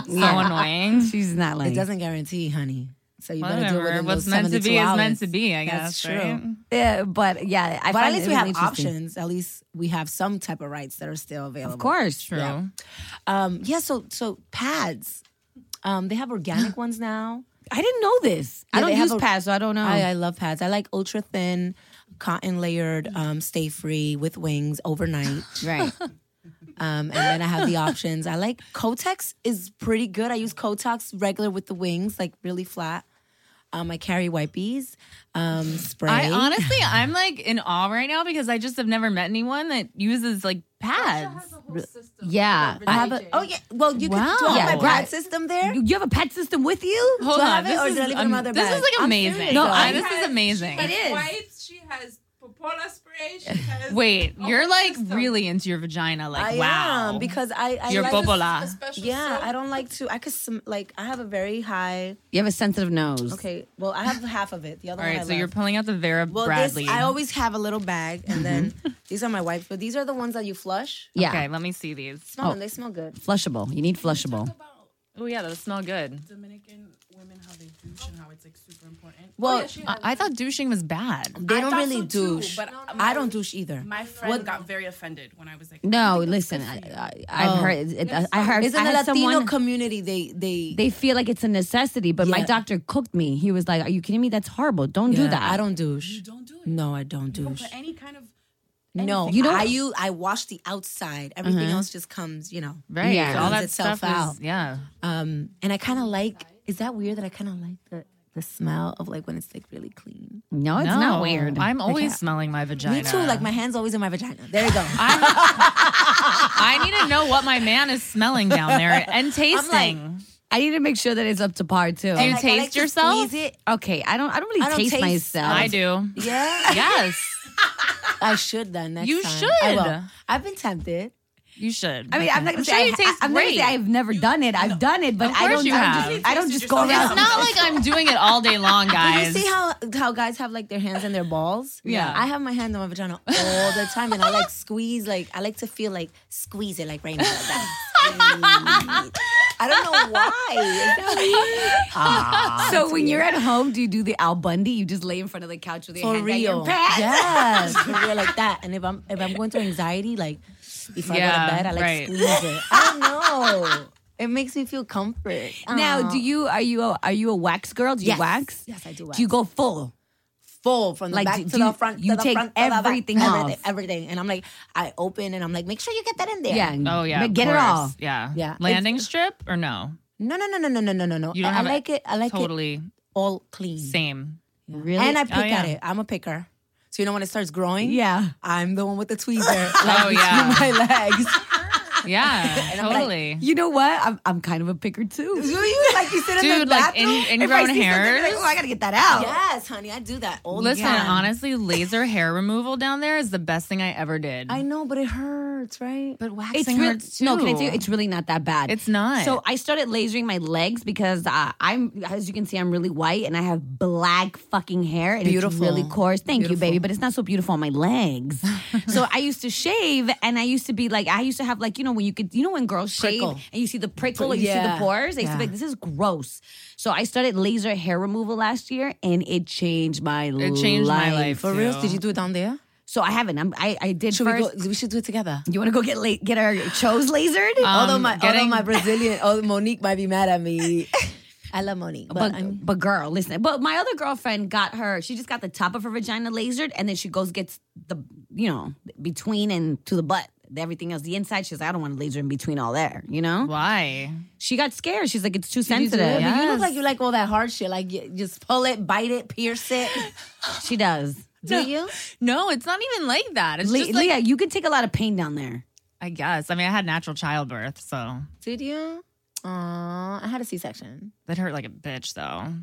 annoying. She's not like It doesn't guarantee, honey. So you better do it Whatever. within What's those meant to 72 be hours. is meant to be. I That's guess. true. right? Yeah, but yeah, I But find at least it really we have interesting. options. At least we have some type of rights that are still available. Of course. True. Um, yeah. So so pads. Um, they have organic ones now. I didn't know this. I Yeah, don't they have use a- pads, so I Oh. don't know. I, I love pads. I like ultra thin, cotton layered, um, stay free with wings overnight. right. Um, and then I have the options. I like Kotex is pretty good. I use Kotex regular with the wings, like really flat. Um, I carry wipies, um, spray. I honestly, I'm like in awe right now because I just have never met anyone that uses like pads. Yeah. I have a, oh yeah. Well, you Wow. can do I have Yeah, my pad right. system there. You, you have a pet system with you? Hold Do I on, have it this or is did I leave it in um, my other this bag? is like I'm amazing. serious, no, though. I, She this is amazing. It is. Wipes. She has Paula Spray. She has Wait, Oh, you're my like system. really into your vagina. Like, I wow. am because I, I Your like bobola. a special Yeah, soap. I don't like to. I could sm- like I have a very high. You have a sensitive nose. Okay, well I have half of it. The other All one. I right, so love. you're pulling out the Vera Well, Bradley. Mm-hmm. this I always have a little bag, and then these are my wipes, but these are the ones that you flush. Yeah. Okay, let me see these. Smell them; they smell good. Flushable. You need flushable. Talk about Oh yeah, those smell good. Dominican women how they douche and how it's like super important. Well, I, I thought douching was bad. They I don't thought really so too, douche, but uh, I don't douche either. My friend got very offended when I was like, No, listen. I, I, Oh. I've heard. It, I heard. It's I in the had Latino someone- community. They they, they feel like it's a necessity, but my Yeah. doctor cooked me. He was like, "Are you kidding me? That's horrible. Don't do Yeah, that." I don't douche. you don't do it. No, I don't You don't douche. put any kind of No, You you don't- know I you I wash the outside. Everything else just comes, you know. Right. Yeah. All Cleans that itself stuff is out. yeah. Um, and I kind of like. Is that weird that I kind of like the the smell of like when it's like really clean? No, it's not weird. I'm always smelling my vagina. Me too. Like my hands always in my vagina. There you go. I need to know what my man is smelling down there and tasting. I need to make sure that it's up to par too. you Like, I taste like to yourself? squeeze It. okay, I don't. I don't really I don't taste, taste- myself. I do. Yeah, Yes, I should then. Next You time. should. I will. I've been tempted. you should. I mean, I'm not gonna I'm say. sure I, you taste I'm not great. gonna say I've never done it. I've done it, but Of I course don't. you I don't have. just- I don't just go It's around. it's not like I'm doing it all day long, guys. You see how how guys have like their hands in their balls? Yeah. I have my hand on my vagina all the time, and I like squeeze. Like I like to feel like squeeze it, like right now. Like that. Squeeze. I don't know why. Is that weird? so when you're at home, do you do the Al Bundy? You just lay in front of the couch with your For hand at your real, pants? yes, for real like that. And if I'm if I'm going through anxiety, like before I Yeah, go to bed, I like right. squeeze it. I don't know. It makes me feel comfort. Now, do you are you a, are you a wax girl? Do you Yes. wax? Yes, I do Do you wax. go full? full from the Like, back do- to do the you- front. to you the take front, to the back, everything off. everything, everything. And I'm like, I open and I'm like, make sure you get that in there. Yeah. Oh yeah. But of get it course. all. Yeah. Yeah. Landing strip or no? No, no, no, no, no, no, no, no, no. You don't I, have I it like it. I like it Totally all clean. Oh, same. Really? And I pick yeah. at it. I'm a picker. So you know when it starts growing? yeah. I'm the one with the tweezer. like, Oh, yeah. Between my legs. Yeah. totally. You know what? I'm I'm kind of a picker too. do you like you sit in the Dude, like bathroom? in, If I ingrown see something, I'm hairs. like, oh, I gotta get that out. yes, honey, I do that all Listen, the time. honestly, laser hair removal down there is the best thing I ever did. I know, but it hurts, right? but waxing It's really, hurts too. no, can I tell you, it's really not that bad. It's not. So I started lasering my legs because uh, I'm, as you can see, I'm really white and I have black fucking hair and it's Beautiful. really coarse. Thank you, baby, but it's not so beautiful on my legs. so I used to shave and I used to be like, I used to have like, you know, when you could, you know, when girls shave Prickle. and you see the prickle or you see Yeah. the pores, I used to be like, this is gross. So I started laser hair removal last year and it changed my life. it changed my life. For too. real? Did you do it down there? So I haven't. I'm, I I did Should first. we go? We should do it together. you want to go get la- get our chose lasered? although my getting- although my Brazilian, oh Monique might be mad at me. I love Monique, but, um, But, I'm, but girl, listen. But my other girlfriend got her. She just got the top of her vagina lasered, and then she goes gets the you know between and to the butt. Everything else, the inside. She's like, I don't want to laser in between all there. You know. Why? She got scared. She's like, it's too you, do it, sensitive. but you Yes. look like you like all that hard shit. Like you, just pull it, bite it, pierce it. She does. Do you? No, it's not even like that. It's Le- just like Leah, you can take a lot of pain down there. I guess. I mean, I had natural childbirth, so Did you? Aw, I had a C-section. that hurt like a bitch, though.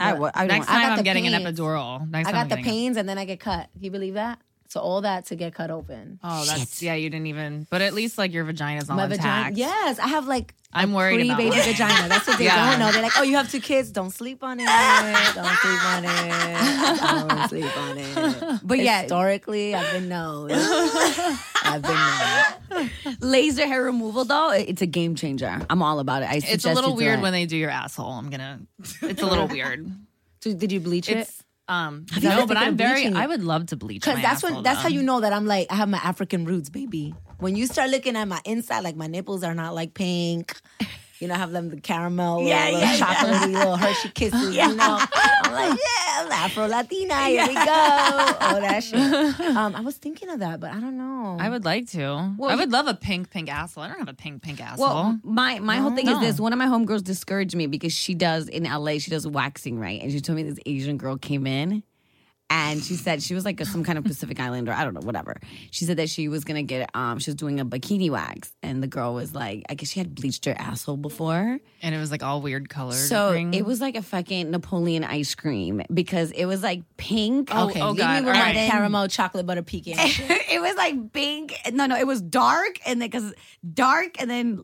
I, w- I don't. Next I, time got I'm the getting an pains. epidural. Next I time I'm got the getting- pains and then I get cut. Can you believe that? So all that to get cut open. Oh, that's yeah. You didn't even. But at least like your vagina's all My intact. vagina. Yes, I have like I'm worried about pre-baby it. vagina. That's what they Yeah. don't know. They're like, oh, you have two kids. Don't sleep on it. Don't sleep on it. Don't sleep on it. but yeah, Historically, I've been known. I've been known. laser hair removal though, it- it's a game changer. I'm all about it. I It's suggest a little you do weird it. when they do your asshole. I'm gonna. It's a little weird. So did you bleach it? It's um. you No, ever but taken I'm a very. bleaching- I would love to bleach. Because my that's asshole, when that's how though. you know that I'm like I have my African roots, baby. When you start looking at my inside, like my nipples are not like pink. You know, I have them the caramel, little, Yeah, little yeah, chocolatey, little Hershey kisses. You know, I'm like, yeah, I'm Afro Latina. Here we go. All that shit. Um, I was thinking of that, but I don't know. I would like to. I would love a pink, pink asshole. I don't have a pink, pink asshole. Well, my my whole thing is No. this. One of my homegirls discouraged me because she does in LA. She does waxing right, and she told me this Asian girl came in and she said she was like some kind of Pacific Islander. I don't know, whatever. She said that she was gonna get um she was doing a bikini wax, and the girl was like, I guess she had bleached her asshole before, and it was like all weird colored. so it was like a fucking Napoleon ice cream because it was like pink. Okay, oh, God, all right. then- Caramel, chocolate butter pecan. it was like pink. No, no, it was dark, and then because dark, and then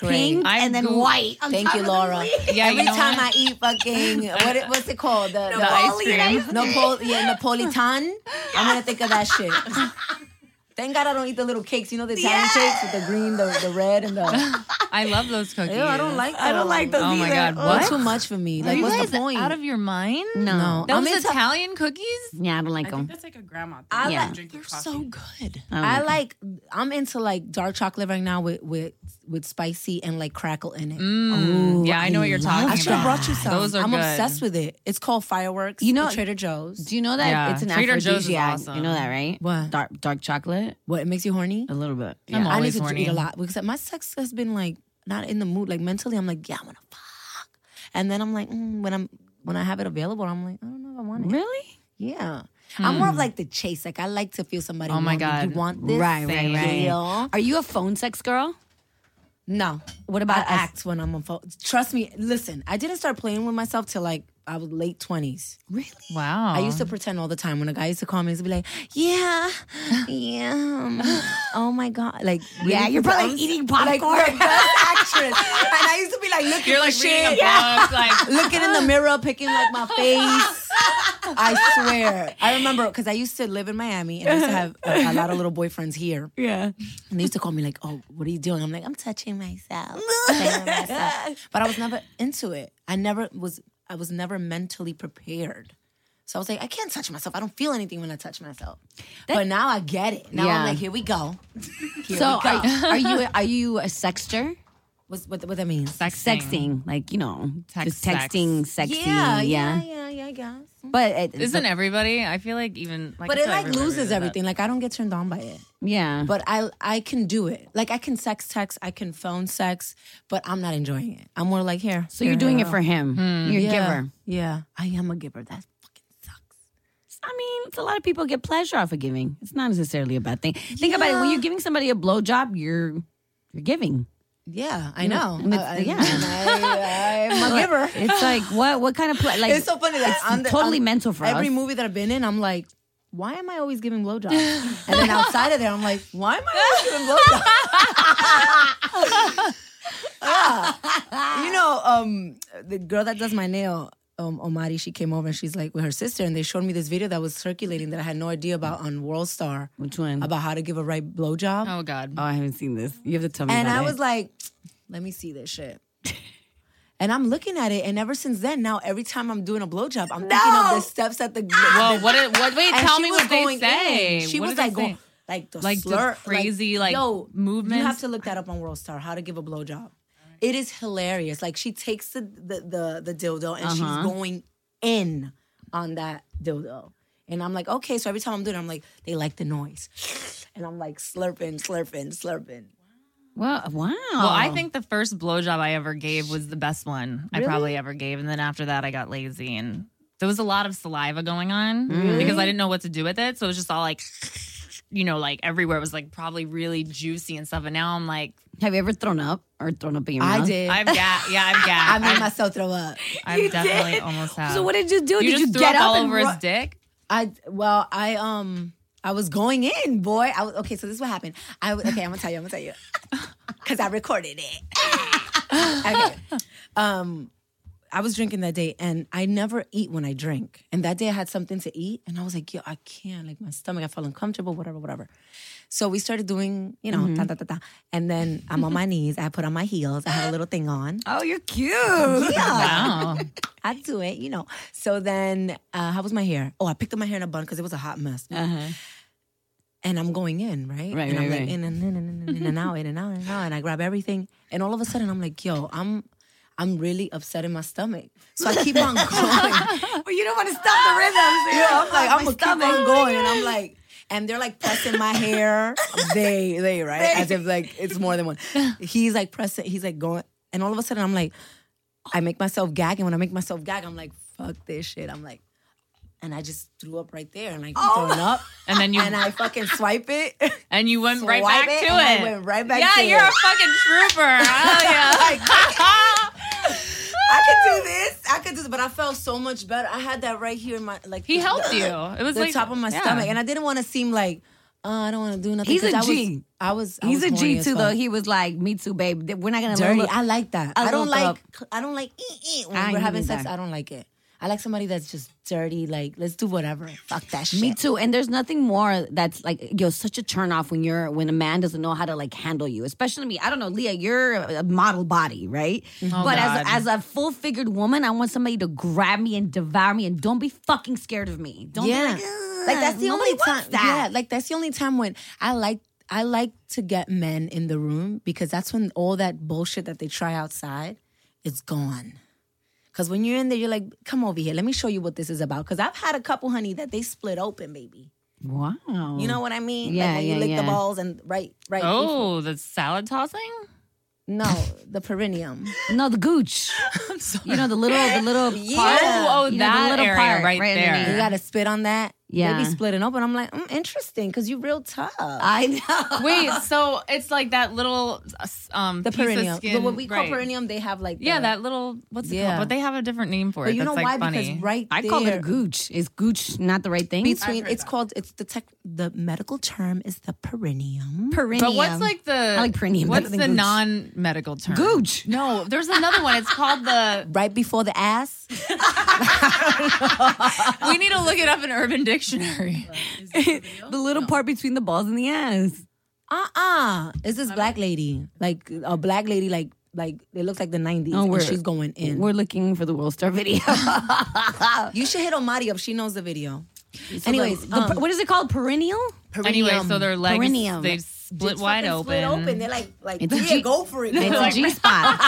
pink, I'm and then Goog- white. on Thank top you, of the Laura. leaf. Yeah, Every you know time what? I eat fucking what it- what's it called? The, the ice Napoleon cream. ice Napol- yeah, Napolitan. I'm gonna think of that shit. Thank God I don't eat the little cakes. You know the Italian Yeah. cakes with the green, the, the red, and the. I love those cookies. Ew, I don't like. I don't like those. those Oh my either. God, Ugh. what? Too much for me. Are Like, you what's guys the point? out of your mind? No. No. Those I'm into- Italian cookies? Yeah, I don't like I think them. that's like a grandma thing. I like like- drinking They're coffee. so good. I like. I'm into like dark chocolate right now with with with spicy and like crackle in it. Mm, Ooh, yeah, I know I what you're love talking I about. that. should have brought you some. Those are I'm good. obsessed with it. It's called fireworks. You know- at Trader Joe's. Do you know that Yeah. it's an Trader Joe's is aphrodisiac? awesome. You know that, right? What? dark dark chocolate? What it makes you horny? A little bit. I'm Yeah. I need always to horny. eat a lot because my sex has been like not in the mood. Like mentally, I'm like, yeah, I want to fuck, and then I'm like, mm, when I'm when I have it available, I'm like, I don't know if I want it. Really? Yeah, I'm more of like the chase. Like I like to feel somebody. Oh my want me. God. you want this? Right, right, right. Deal. Are you a phone sex girl? No, What I about us? act when I'm on phone. Trust me. Listen, I didn't start playing with myself till like I was late twenties. Really? Wow. I used to pretend all the time when a guy used to call me, he'd be like, "Yeah, yeah, um, oh my god, like Yeah, really you're probably dumb- eating like popcorn. the best actress." And I used to be like looking You're for like reading shit, a book. Like, looking in the mirror, picking like my face. I swear, I remember because I used to live in Miami and I used to have a, a lot of little boyfriends here, yeah. and they used to call me like, "Oh, what are you doing?" I'm like, "I'm touching myself, playing with myself." but I was never into it. I never was. I was never mentally prepared. So I was like, I can't touch myself. I don't feel anything when I touch myself. but now I get it. Now Yeah. I'm like, here we go. Here So we go. are, are you are you a sexter? What's, what what that means? sexting. Sexting, like you know, Text just texting, sexy, Yeah, yeah, yeah, yeah. I guess. But it, Isn't everybody? I feel like even like But I it feel like everybody does loses that. everything. Like I don't get turned on by it. yeah, But I I can do it. Like I can sex text. I can phone sex. But I'm not enjoying it. I'm more like here. so you're doing it for him. Hmm. You're a yeah, giver. Yeah, I am a giver. That fucking sucks. I mean, it's a lot of people get pleasure off of giving. It's not necessarily a bad thing. Think about it. When you're giving somebody a blowjob, you're you're giving. Yeah, I know. and it's- I, yeah. I, am a giver. It's like what what kind of ple- like It's so funny that I'm the- totally I'm- mental for every us. movie that I've been in, I'm like, why am I always giving blowjobs? and then outside of there, I'm like, why am I always giving blowjobs? yeah. You know, um, the girl that does my nail, um, Omari, she came over and she's like with her sister, and they showed me this video that was circulating that I had no idea about on World Star Which one? about how to give a right blowjob. Oh God. oh, I haven't seen this. You have to tell me. And about I it. was like, let me see this shit. And I'm looking at it, and ever since then, now every time I'm doing a blowjob, I'm thinking of the steps at the. Whoa. What? Did, what? Wait. and Tell she me was what they going say. in. She What was did they like going, say? like the Like the slur, crazy, like, yo, You have movements? to look that up on World Star. How to give a blowjob? It is hilarious. Like she takes the the the, the dildo and Uh-huh. she's going in on that dildo, and I'm like, okay. So every time I'm doing, it, I'm like, they like the noise, and I'm like slurping, slurping, slurping. well, wow. Well, I think the first blowjob I ever gave was the best one I probably ever gave, and then after that, I got lazy and there was a lot of saliva going on because I didn't know what to do with it, so it was just all like, you know, like everywhere was like probably really juicy and stuff. And now I'm like, Have you ever thrown up or thrown up in your mouth? I did. Uh-huh. I've got, yeah, I've got, I made I've, myself throw up. I've definitely almost have. So what did you do? you did just you threw get up up all and over ru- his dick? I well, I um, I was going in, boy. I was okay. So this is what happened. I w- okay. I'm gonna tell you. I'm gonna tell you because I recorded it. okay. Um, I was drinking that day, and I never eat when I drink. And that day, I had something to eat, and I was like, yo, I can't. Like my stomach, I felt uncomfortable. Whatever, whatever. So we started doing, you know, ta ta ta ta. And then I'm on my knees. I put on my heels. I had a little thing on. Oh, you're cute. Yeah. Wow. I do it, you know. So then, uh, how was my hair? Oh, I picked up my hair in a bun because it was a hot mess. Uh-huh. And I'm going in, right? Right, and I'm right, like right. in and in and in and in and out, in and out, in and out. And I grab everything. And all of a sudden I'm like, yo, I'm I'm really upset in my stomach. So I keep on going. well, you don't want to stop the rhythm. Yeah, I'm like, I'm gonna keep Oh on going, and I'm like, and they're like pressing my hair. they, they, right? As if like it's more than one. He's like pressing. He's like going, and all of a sudden I'm like, I make myself gag, and when I make myself gag, I'm like, fuck this shit. I'm like, and I just threw up right there and like throwing up. And then you And I fucking swipe it. and you went right swipe back it, to and I it. went right back yeah, to you're it. a fucking trooper. Hell yeah. Like, I could do this. I could do this, but I felt so much better. I had that right here in my like. He the- helped the- you. It was the like top of my yeah. stomach, and I didn't want to seem like oh, I don't want to do nothing. He's a 'cause I was- G. I was. I He's was a horny G as too, though. fuck. He was like, "Me too, babe. We're not gonna dirty. let- I like that. I I, don't look like. up. I don't like. Eh, eh, when I we're ain't having either. sex, I don't like it. I like somebody that's just dirty. Like let's do whatever. Fuck that shit. Me too. And there's nothing more that's like yo such a turn off when you're when a man doesn't know how to like handle you, especially me. I don't know, Leah, you're a model body, right? Oh, but God. as as a full figured woman, I want somebody to grab me and devour me, and don't be fucking scared of me. Don't yeah. be like, "Ugh, Like that's the nobody only time. wants that. Yeah, like that's the only time when I like I like to get men in the room because that's when all that bullshit that they try outside is gone. Cause when you're in there, you're like, come over here, let me show you what this is about. Cause I've had a couple, honey, that they split open, baby. wow. You know what I mean? Mm. Yeah, like when yeah, you lick yeah. the balls and right, right. Oh, the salad tossing? No, the perineum. no, the gooch. You know the little the little Yeah. part. Oh, oh, You know, the that little area part right right there. underneath. You gotta spit on that. Yeah. They be splitting open. I'm like, mm, interesting, cause you real tough. I know. Wait, so it's like that little uh, s- um the piece of perineum. skin- but what we call right. perineum, they have like Yeah, the- that little what's it Yeah. called? But they have a different name for it. But you know that's like why? funny. Because right I call it there a gooch. Is gooch not the right thing? between it's called it's the tech the medical term is the perineum. perineum. But what's like the I like perineum better What's than the gooch. non-medical term? Gooch. No, there's another one. It's called the. Right before the ass. We need to look it up in Urban Dictionary. the little part between the balls and the ass? Uh uh It's this black lady. Like a black lady like like it looks like the nineties Oh, and we're- she's going in. We're looking for the World Star video. you should hit Omari up. She knows the video. Anyways, Anyways, the- um, what is it called? Perennial? Anyway, so their legs Perineum. they split wide fucking open. split They're like like It's a yeah, G- go for it. It's girl. a G spot.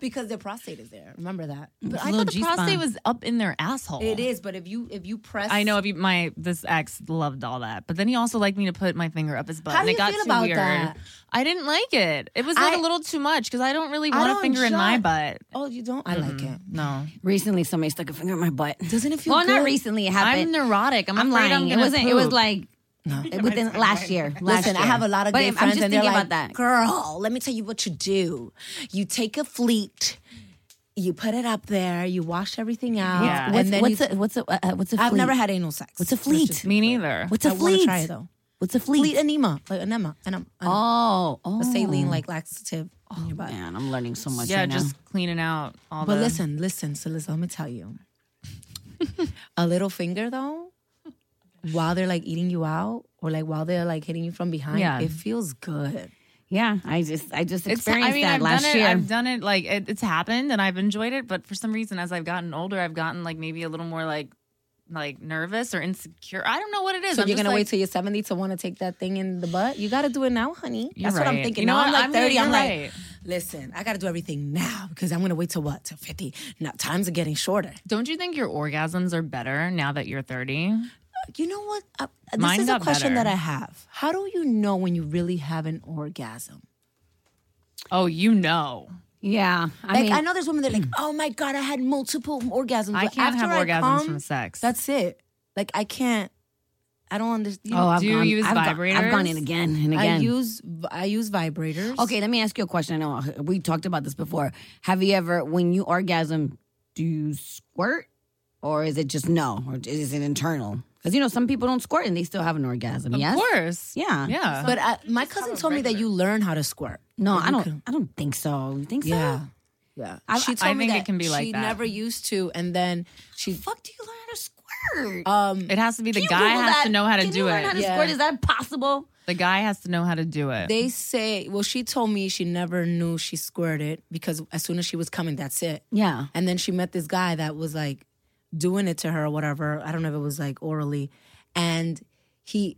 because their prostate is there. Remember that. But It's I a little thought the G-spot. prostate was up in their asshole. It is, but if you if you press I know. If you, my this ex loved all that, but then he also liked me to put my finger up his butt. How and do it you got feel too about weird. that? I didn't like it. It was like a I- little too much because I don't really I want a don't finger in my shut- butt. Oh, you don't? I like it. No, Recently, somebody stuck a finger in my butt. Doesn't it feel Well, not good? recently. It I'm happened. neurotic. I'm, I'm, afraid lying. I'm it gonna wasn't. It was poop. like within last year. Last Listen, I year. have a lot of But gay if- friends, I'm just and they're thinking like, about that. "Girl, let me tell you what you do. You take a fleet, you put it up there, you wash everything out, Yeah. and What's, then what's you, a what's a uh, uh, what's a? I've fleet? never had anal sex. What's a fleet? me neither. What's a I want fleet? to try it though. What's a Fleet fleet? enema, like enema, enema, enema. Oh, oh. a saline like laxative in your body. Man, I'm learning so much. yeah, right now. just cleaning out all But the. listen, listen, so listen, let me tell you. a little finger though, while they're like eating you out or like while they're like hitting you from behind, Yeah. it feels good. yeah. I just I just It's- experienced that I've last done it, year. I've done it like it, it's happened and I've enjoyed it, but for some reason as I've gotten older, I've gotten like maybe a little more like like nervous or insecure. I don't know what it is. So I'm you're just, gonna like, wait till you're 70 to want to take that thing in the butt? You gotta do it now, honey. You're That's what I'm right. thinking. You know now I'm what? like I'm- 30. you're I'm right. like, listen, I gotta do everything now because I'm gonna wait till what? Till 50. Now times are getting shorter. Don't you think your orgasms are better now that you're 30? You know what? Uh, this Mine is a got question better. that I have. How do you know when you really have an orgasm? Oh, you know. yeah, I Like mean, I know there's women that are like, oh my god, I had multiple orgasms. I But can't have after I orgasms come, from sex. That's it. Like I can't. I don't understand. oh, I've do you gone, use I've gone- I've gone in vibrators? again and I again. use I use vibrators. Okay, let me ask you a question. I know uh, we talked about this before. Have you ever, when you orgasm, do you squirt, or is it just no, or is it internal? Because you know some people don't squirt and they still have an orgasm. of yes. course. Yeah. Yeah. But I, my cousin told me that you learn how to squirt. No, Like, I you don't. can- I don't think so. You think so? Yeah. Yeah. she told I me think it that can be like she that. never used to and then she Fuck, do you learn how to squirt? um it has to be Oh, the You guy Google has that. to know how to Can do you learn it. How to Yeah. squirt? Is that possible? the guy has to know how to do it. they say well she told me she never knew she squirted because as soon as she was coming that's it. Yeah. And then she met this guy that was like doing it to her or whatever. I don't know if it was like orally. And he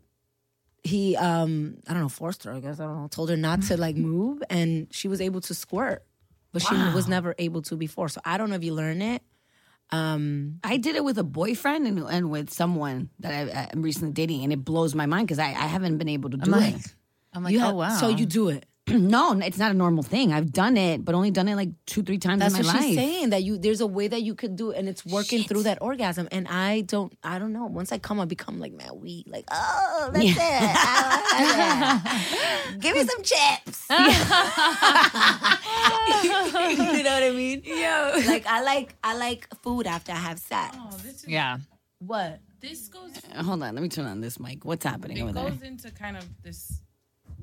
he um I don't know, forced her, I guess. I don't know, told her not to like move and she was able to squirt. But she was never able to before. So I don't know if you learn it. I did it with a boyfriend and, and with someone that I, I'm recently dating, and it blows my mind because I, I haven't been able to do I'm like, it. I'm like, you oh have- wow. So you do it. no, it's not a normal thing. I've done it, but only done it like two, three times That's in what my she's life. saying. That you there's a way that you could do it, and it's working through that orgasm. And I don't, I don't know. Once I come, I become like man, weak. Like oh, that's it. I don't have it. Give me some chips. you know what I mean? Yeah. Like I like I like food after I have sex. Yeah. What? Oh, This goes Hold on, let me turn on this mic. What's happening over it there? goes into kind of this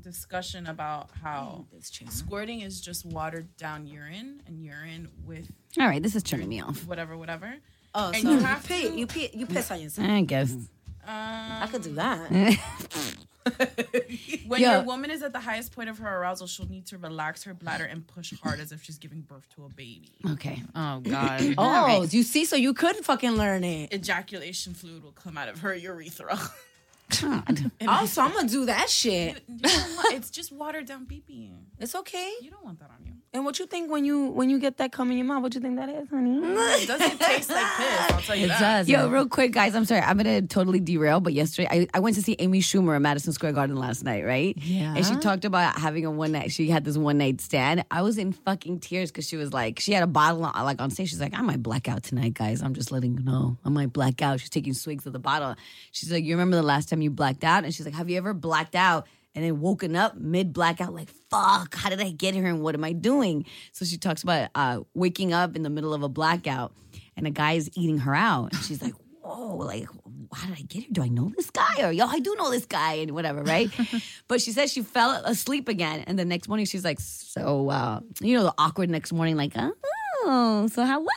discussion about how squirting is just watered down urine and urine with All right, this is turning me off. whatever, whatever. Oh, And so you you, have pee, to- you pee, you piss on yourself. I guess. Mm. I Um, could do that. when Yeah. your woman is at the highest point of her arousal, she'll need to relax her bladder and push hard as if she's giving birth to a baby. Okay. Oh God. Oh, you see, so you could fucking learn it. Ejaculation fluid will come out of her urethra. God. Also, I'm gonna do that shit. You don't want- it's just watered down pee pee. It's okay. You don't want that on you. And what you think when you when you get that cum in your mouth? What you think that is, honey? It doesn't taste like piss. I'll tell you It that. does. Yo, real quick, guys. I'm sorry. I'm gonna totally derail. But yesterday, I, I went to see Amy Schumer at Madison Square Garden last night, right? Yeah. And she talked about having a one night. She had this one night stand. I was in fucking tears because she was like, she had a bottle on, like on stage. She's like, I might black out tonight, guys. I'm just letting you know. I might black out. She's taking swigs of the bottle. She's like, you remember the last time you blacked out? And she's like, Have you ever blacked out? and then woken up mid blackout, like, fuck, how did I get here and what am I doing? So she talks about uh, waking up in the middle of a blackout and a guy is eating her out. And she's like, whoa, like, how did I get here? Do I know this guy? Or, yo, I do know this guy and whatever, right? but she says she fell asleep again. And the next morning, she's like, so, uh, you know, the awkward next morning, like, oh, so how was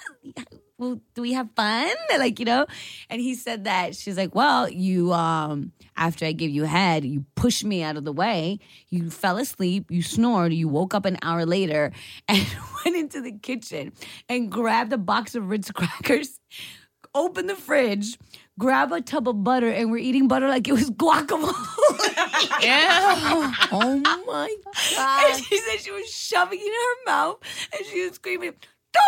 well, do we have fun? Like, you know? And he said that she's like, Well, you um after I give you head, you pushed me out of the way, you fell asleep, you snored, you woke up an hour later and went into the kitchen and grabbed a box of Ritz crackers, opened the fridge, grab a tub of butter, and we're eating butter like it was guacamole. Yeah. oh my And god! she said she was shoving it in her mouth and she was screaming,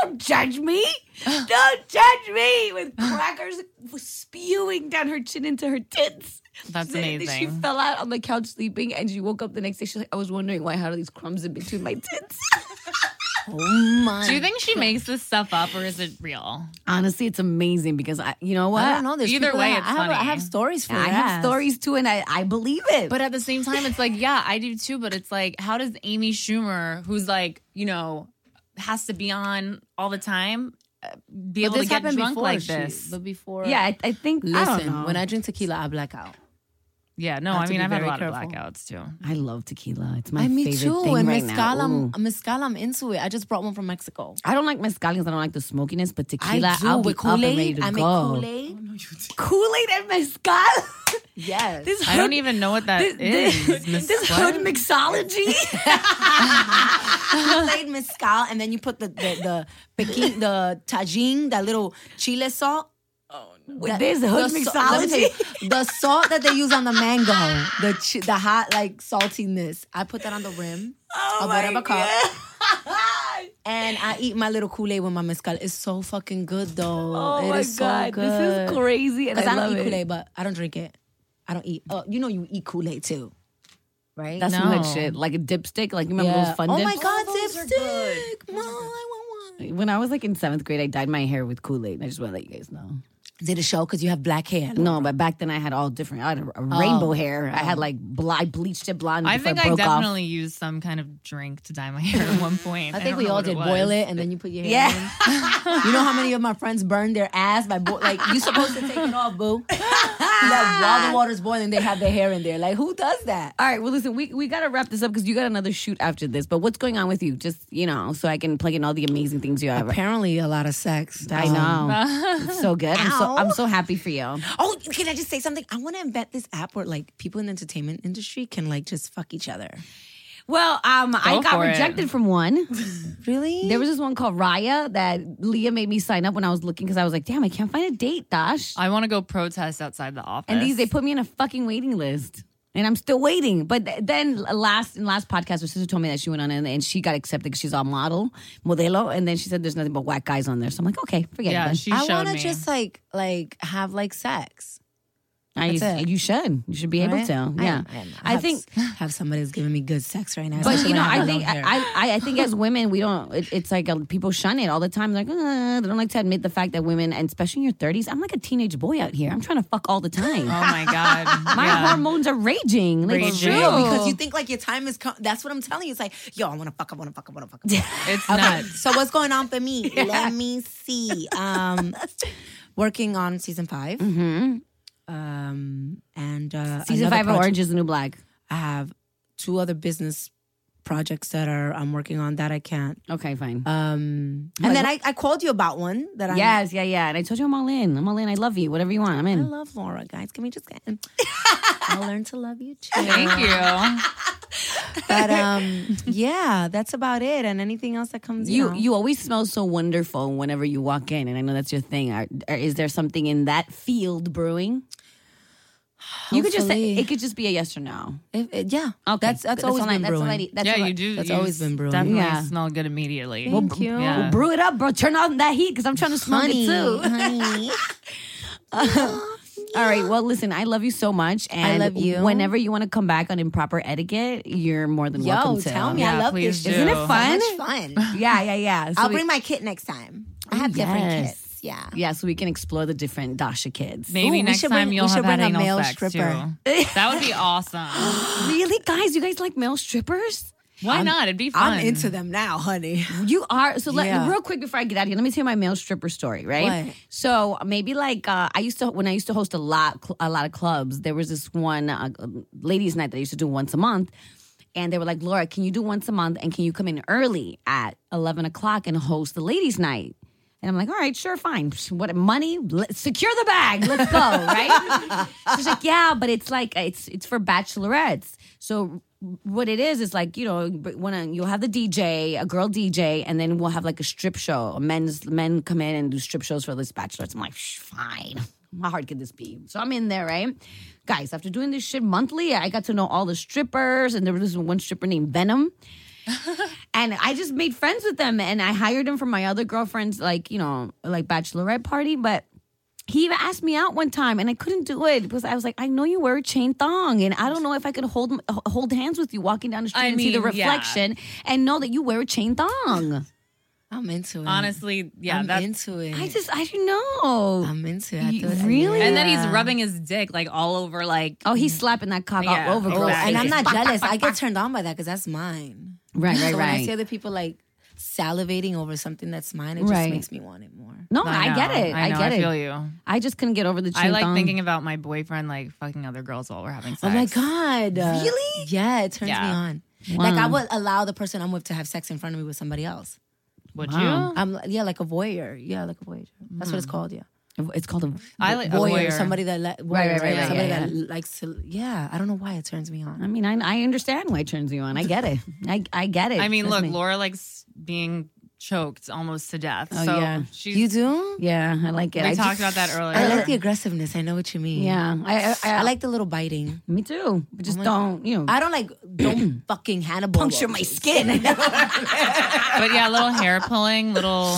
Don't judge me! Don't judge me! With crackers spewing down her chin into her tits. That's She said that She amazing. fell out on the couch sleeping and she woke up the next day. She's like, I was wondering why, how are these crumbs in between my tits? Oh my! Do you think she makes this stuff up or is it real? Honestly, it's amazing because I, you know what? I don't know. There's Either people way, that- it's I have, I funny. have stories for I that. have stories too and I, I believe it. But at the same time, it's like, yeah, I do too. But it's like, how does Amy Schumer, who's like, you know, has to be on all the time, uh, be able to get drunk like she- this? but before, yeah, I, I think, Listen, I don't know. when I drink tequila, I black out. yeah, no, Have I to mean, be I've had a very lot of careful. blackouts too. I love tequila. It's my I me favorite too. thing and right mezcal, now. Ooh. I'm, mezcal, I'm into it. I just brought one from Mexico. I don't like mezcal because I don't like the smokiness, but tequila, I do will be with up and Kool ready Aid. to I make go. Kool Aid. No, you didn't. Kool Aid and mezcal. Yes. this I don't even know what that is. Miss this Slut. hood mixology. Kool Aid mezcal, and then you put the the the, pequi- the tajin, that little chile salt. Oh no. With That- this hood the sa- let me tell mixology. you, the salt that they use on the mango, the chi- the hot like saltiness. I put that on the rim of whatever cup, and I eat my little Kool Aid with my mezcal. It's so fucking good though. Oh It my is so god, good. this is crazy, and I, Because I, love don't eat it. Kool Aid, but I don't drink it. I don't eat. Oh, you know you eat Kool Aid too, right? That's some No. hood shit, like a dipstick. Like you remember Yeah. those fun Oh dips? my god, those are good. dipstick! Mom, I want one. When I was like in seventh grade, I dyed my hair with Kool Aid. I just want to let you guys know. Did it show because you have black hair? No, but back then I had all different. I had a, a Oh. rainbow hair. I had like bl- I bleached it blonde. I before think it I broke off. definitely used some kind of drink to dye my hair at one point. I think don't we know all what did was. boil it and then you put your hair Yeah. in. You know how many of my friends burned their ass by bo- like you supposed to take it off, boo. like while the water's boiling, they have their hair in there. Like who does that? All right. Well, listen, we, we got to wrap this up because you got another shoot after this. But what's going on with you? Just, you know, so I can plug in all the amazing things you have. Apparently, a lot of sex. I know. it's so good. I'm so, I'm so happy for you. Oh, can I just say something? I want to invent this app where like people in the entertainment industry can like just fuck each other. Well, um, I Go got for it. rejected from one. Really? There was this one called Raya that Leah made me sign up when I was looking because I was like, damn, I can't find a date, Dash. I want to go protest outside the office. And these, they put me in a fucking waiting list. And I'm still waiting. But th- then last in last podcast, her sister told me that she went on and, and she got accepted because she's a model, modelo. And then she said there's nothing but whack guys on there. So I'm like, okay, forget it. yeah, then. she I showed want to me. just like like have like sex. I used, it. you should. You should be able Right? to. I Yeah. am- I, am. I have- think have somebody that's giving me good sex right now. But especially you know, when I have think long hair. I, I I think as women, we don't. It, it's like uh people shun it all the time. They're like uh, they don't like to admit the fact that women, and especially in your thirties, I'm like a teenage boy out here. I'm trying to fuck all the time. Oh my god. My yeah. hormones are raging. Like, Raging. shoot. Really? because you think like your time is. Com- that's what I'm telling you. It's like, yo, I want to fuck. I want to fuck. I want to fuck. I wanna It's fuck. nuts. So what's going on for me? Let me see. Um, working on season 5 Um, and uh, Mm-hmm. Season another five of project- Orange Is the New Black. I have two other business projects that are I'm working on that I can't. Okay, fine. Um, and then I, I called you about one that I yes, yeah, yeah. And I told you I'm all in. I'm all in. I love you. Whatever you want, I'm I in. love Laura, guys. Can we just get? I'll learn to love you too. Thank you. But um, yeah, that's about it. And anything else that comes, you, You know. you always smell so wonderful whenever you walk in, and I know that's your thing. Are, are- is there something in that field brewing? You could just say Hopefully. it could just be a yes or no. If- it- yeah, Okay, that's that's all always I- been that's all I brewing. need- that's yeah, all I- you do. that's you always s- been brewing. Definitely Yeah. smell good immediately. Thank you. yeah. Well, Oh, brew it up, bro. Turn on that heat because I'm trying to smoke honey, it too. honey. All right. Well, listen, I love you so much. And love you. Whenever you want to come back on improper etiquette, you're more than welcome Yo, to. tell me, I Yeah, love please this. do. shit. Isn't it So fun? much fun. Yeah, yeah, yeah. So I'll we- bring my kit next time. I Ooh, have different yes. kits. Yeah. Yeah, so we can explore the different Dasha kids. Maybe Ooh, we next should time bring- we you'll have should had bring a anal male sex stripper. too. That would be awesome. really, guys? You guys like male strippers? Why not? It'd be fun. I'm into them now, honey. You are so. Let, Yeah. Real quick before I get out of here, let me tell you my male stripper story. Right. What? So maybe like uh, I used to when I used to host a lot a lot of clubs. There was this one uh, ladies' night that I used to do once a month, and they were like, "Laura, can you do once a month? And can you come in early at eleven o'clock and host the ladies' night?" And I'm like, all right, sure, fine. Psh, What money? Let, secure the bag. Let's go, right? She's like, yeah, but it's like it's it's for bachelorettes. So what it is is like you know when I- you'll have the DJ, a girl DJ, and then we'll have like a strip show. A men's men come in and do strip shows for this bachelorettes. I'm like, Shh, fine. How hard could this be? So I'm in there, right? Guys, after doing this shit monthly, I got to know all the strippers, and there was this one stripper named Venom and I just made friends with them and I hired him for my other girlfriend's like, you know, like bachelorette party, but he even asked me out one time and I couldn't do it because I was like, I know you wear a chain thong and I don't know if I could hold h- hold hands with you walking down the street I and see the mean, yeah. reflection and know that you wear a chain thong. I'm into it. Honestly, yeah. I'm That's, into it. I just I don't know. Um, I'm into it. I You- thought- really? and then he's Yeah. rubbing his dick like all over like oh, he's slapping that cock Yeah. all over Oh, girls. right. And I'm faces. not jealous. I get turned on by that because that's mine. right, right, So when I see right. other people like salivating over something that's mine, it just Right. makes me want it more. No, I, get know, it. I, know, get I it. feel you. I just couldn't get over the chain I like thong. thinking about my boyfriend like fucking other girls while we're having sex. Oh my god! Really? Yeah, it turns Yeah. me on. Wow. Like I would allow the person I'm with to have sex in front of me with somebody else. Would Wow. you? I'm yeah, like a voyeur. Yeah, like a voyeur. That's what it's called. Yeah, it's called Hmm. a I like a voyeur. voyeur. Somebody that li- voyeur, right, right, right, Somebody yeah, that likes to. Yeah, I don't know why it turns me on. I mean, I, I understand why it turns you on. I get it. I, I get it. I mean, Trust look, me. Laura likes being choked almost to death. Oh, so yeah. she's You do? Yeah, I like it. we I talked just- about that earlier. I like the aggressiveness. I know what you mean. Yeah, I, I, I, I like. like the little biting. Me too. But just don't, you know. I don't like don't fucking Hannibal puncture my roaches. skin. but yeah, little hair pulling, little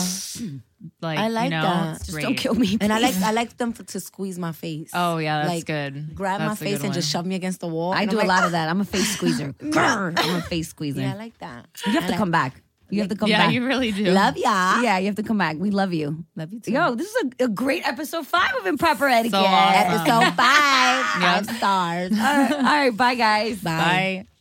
like I you like know, that. it's Just don't great. kill me. And I please. like I like them for, to squeeze my face. Oh yeah, that's like, good. Grab That's a my good face and just one. shove me against the wall. I and do I'm a like, lot of that. I'm a face squeezer. Grr, I'm a face squeezer. Yeah, I like that. you have to come back. You have to come Yeah, back. you really do. Love ya. yeah, you have to come back. We love you. Love you too. Yo, this is a, a great episode five of Improper Etiquette. awesome. Episode five. Yeah. Five stars. All right, all right, bye guys. Bye. Bye.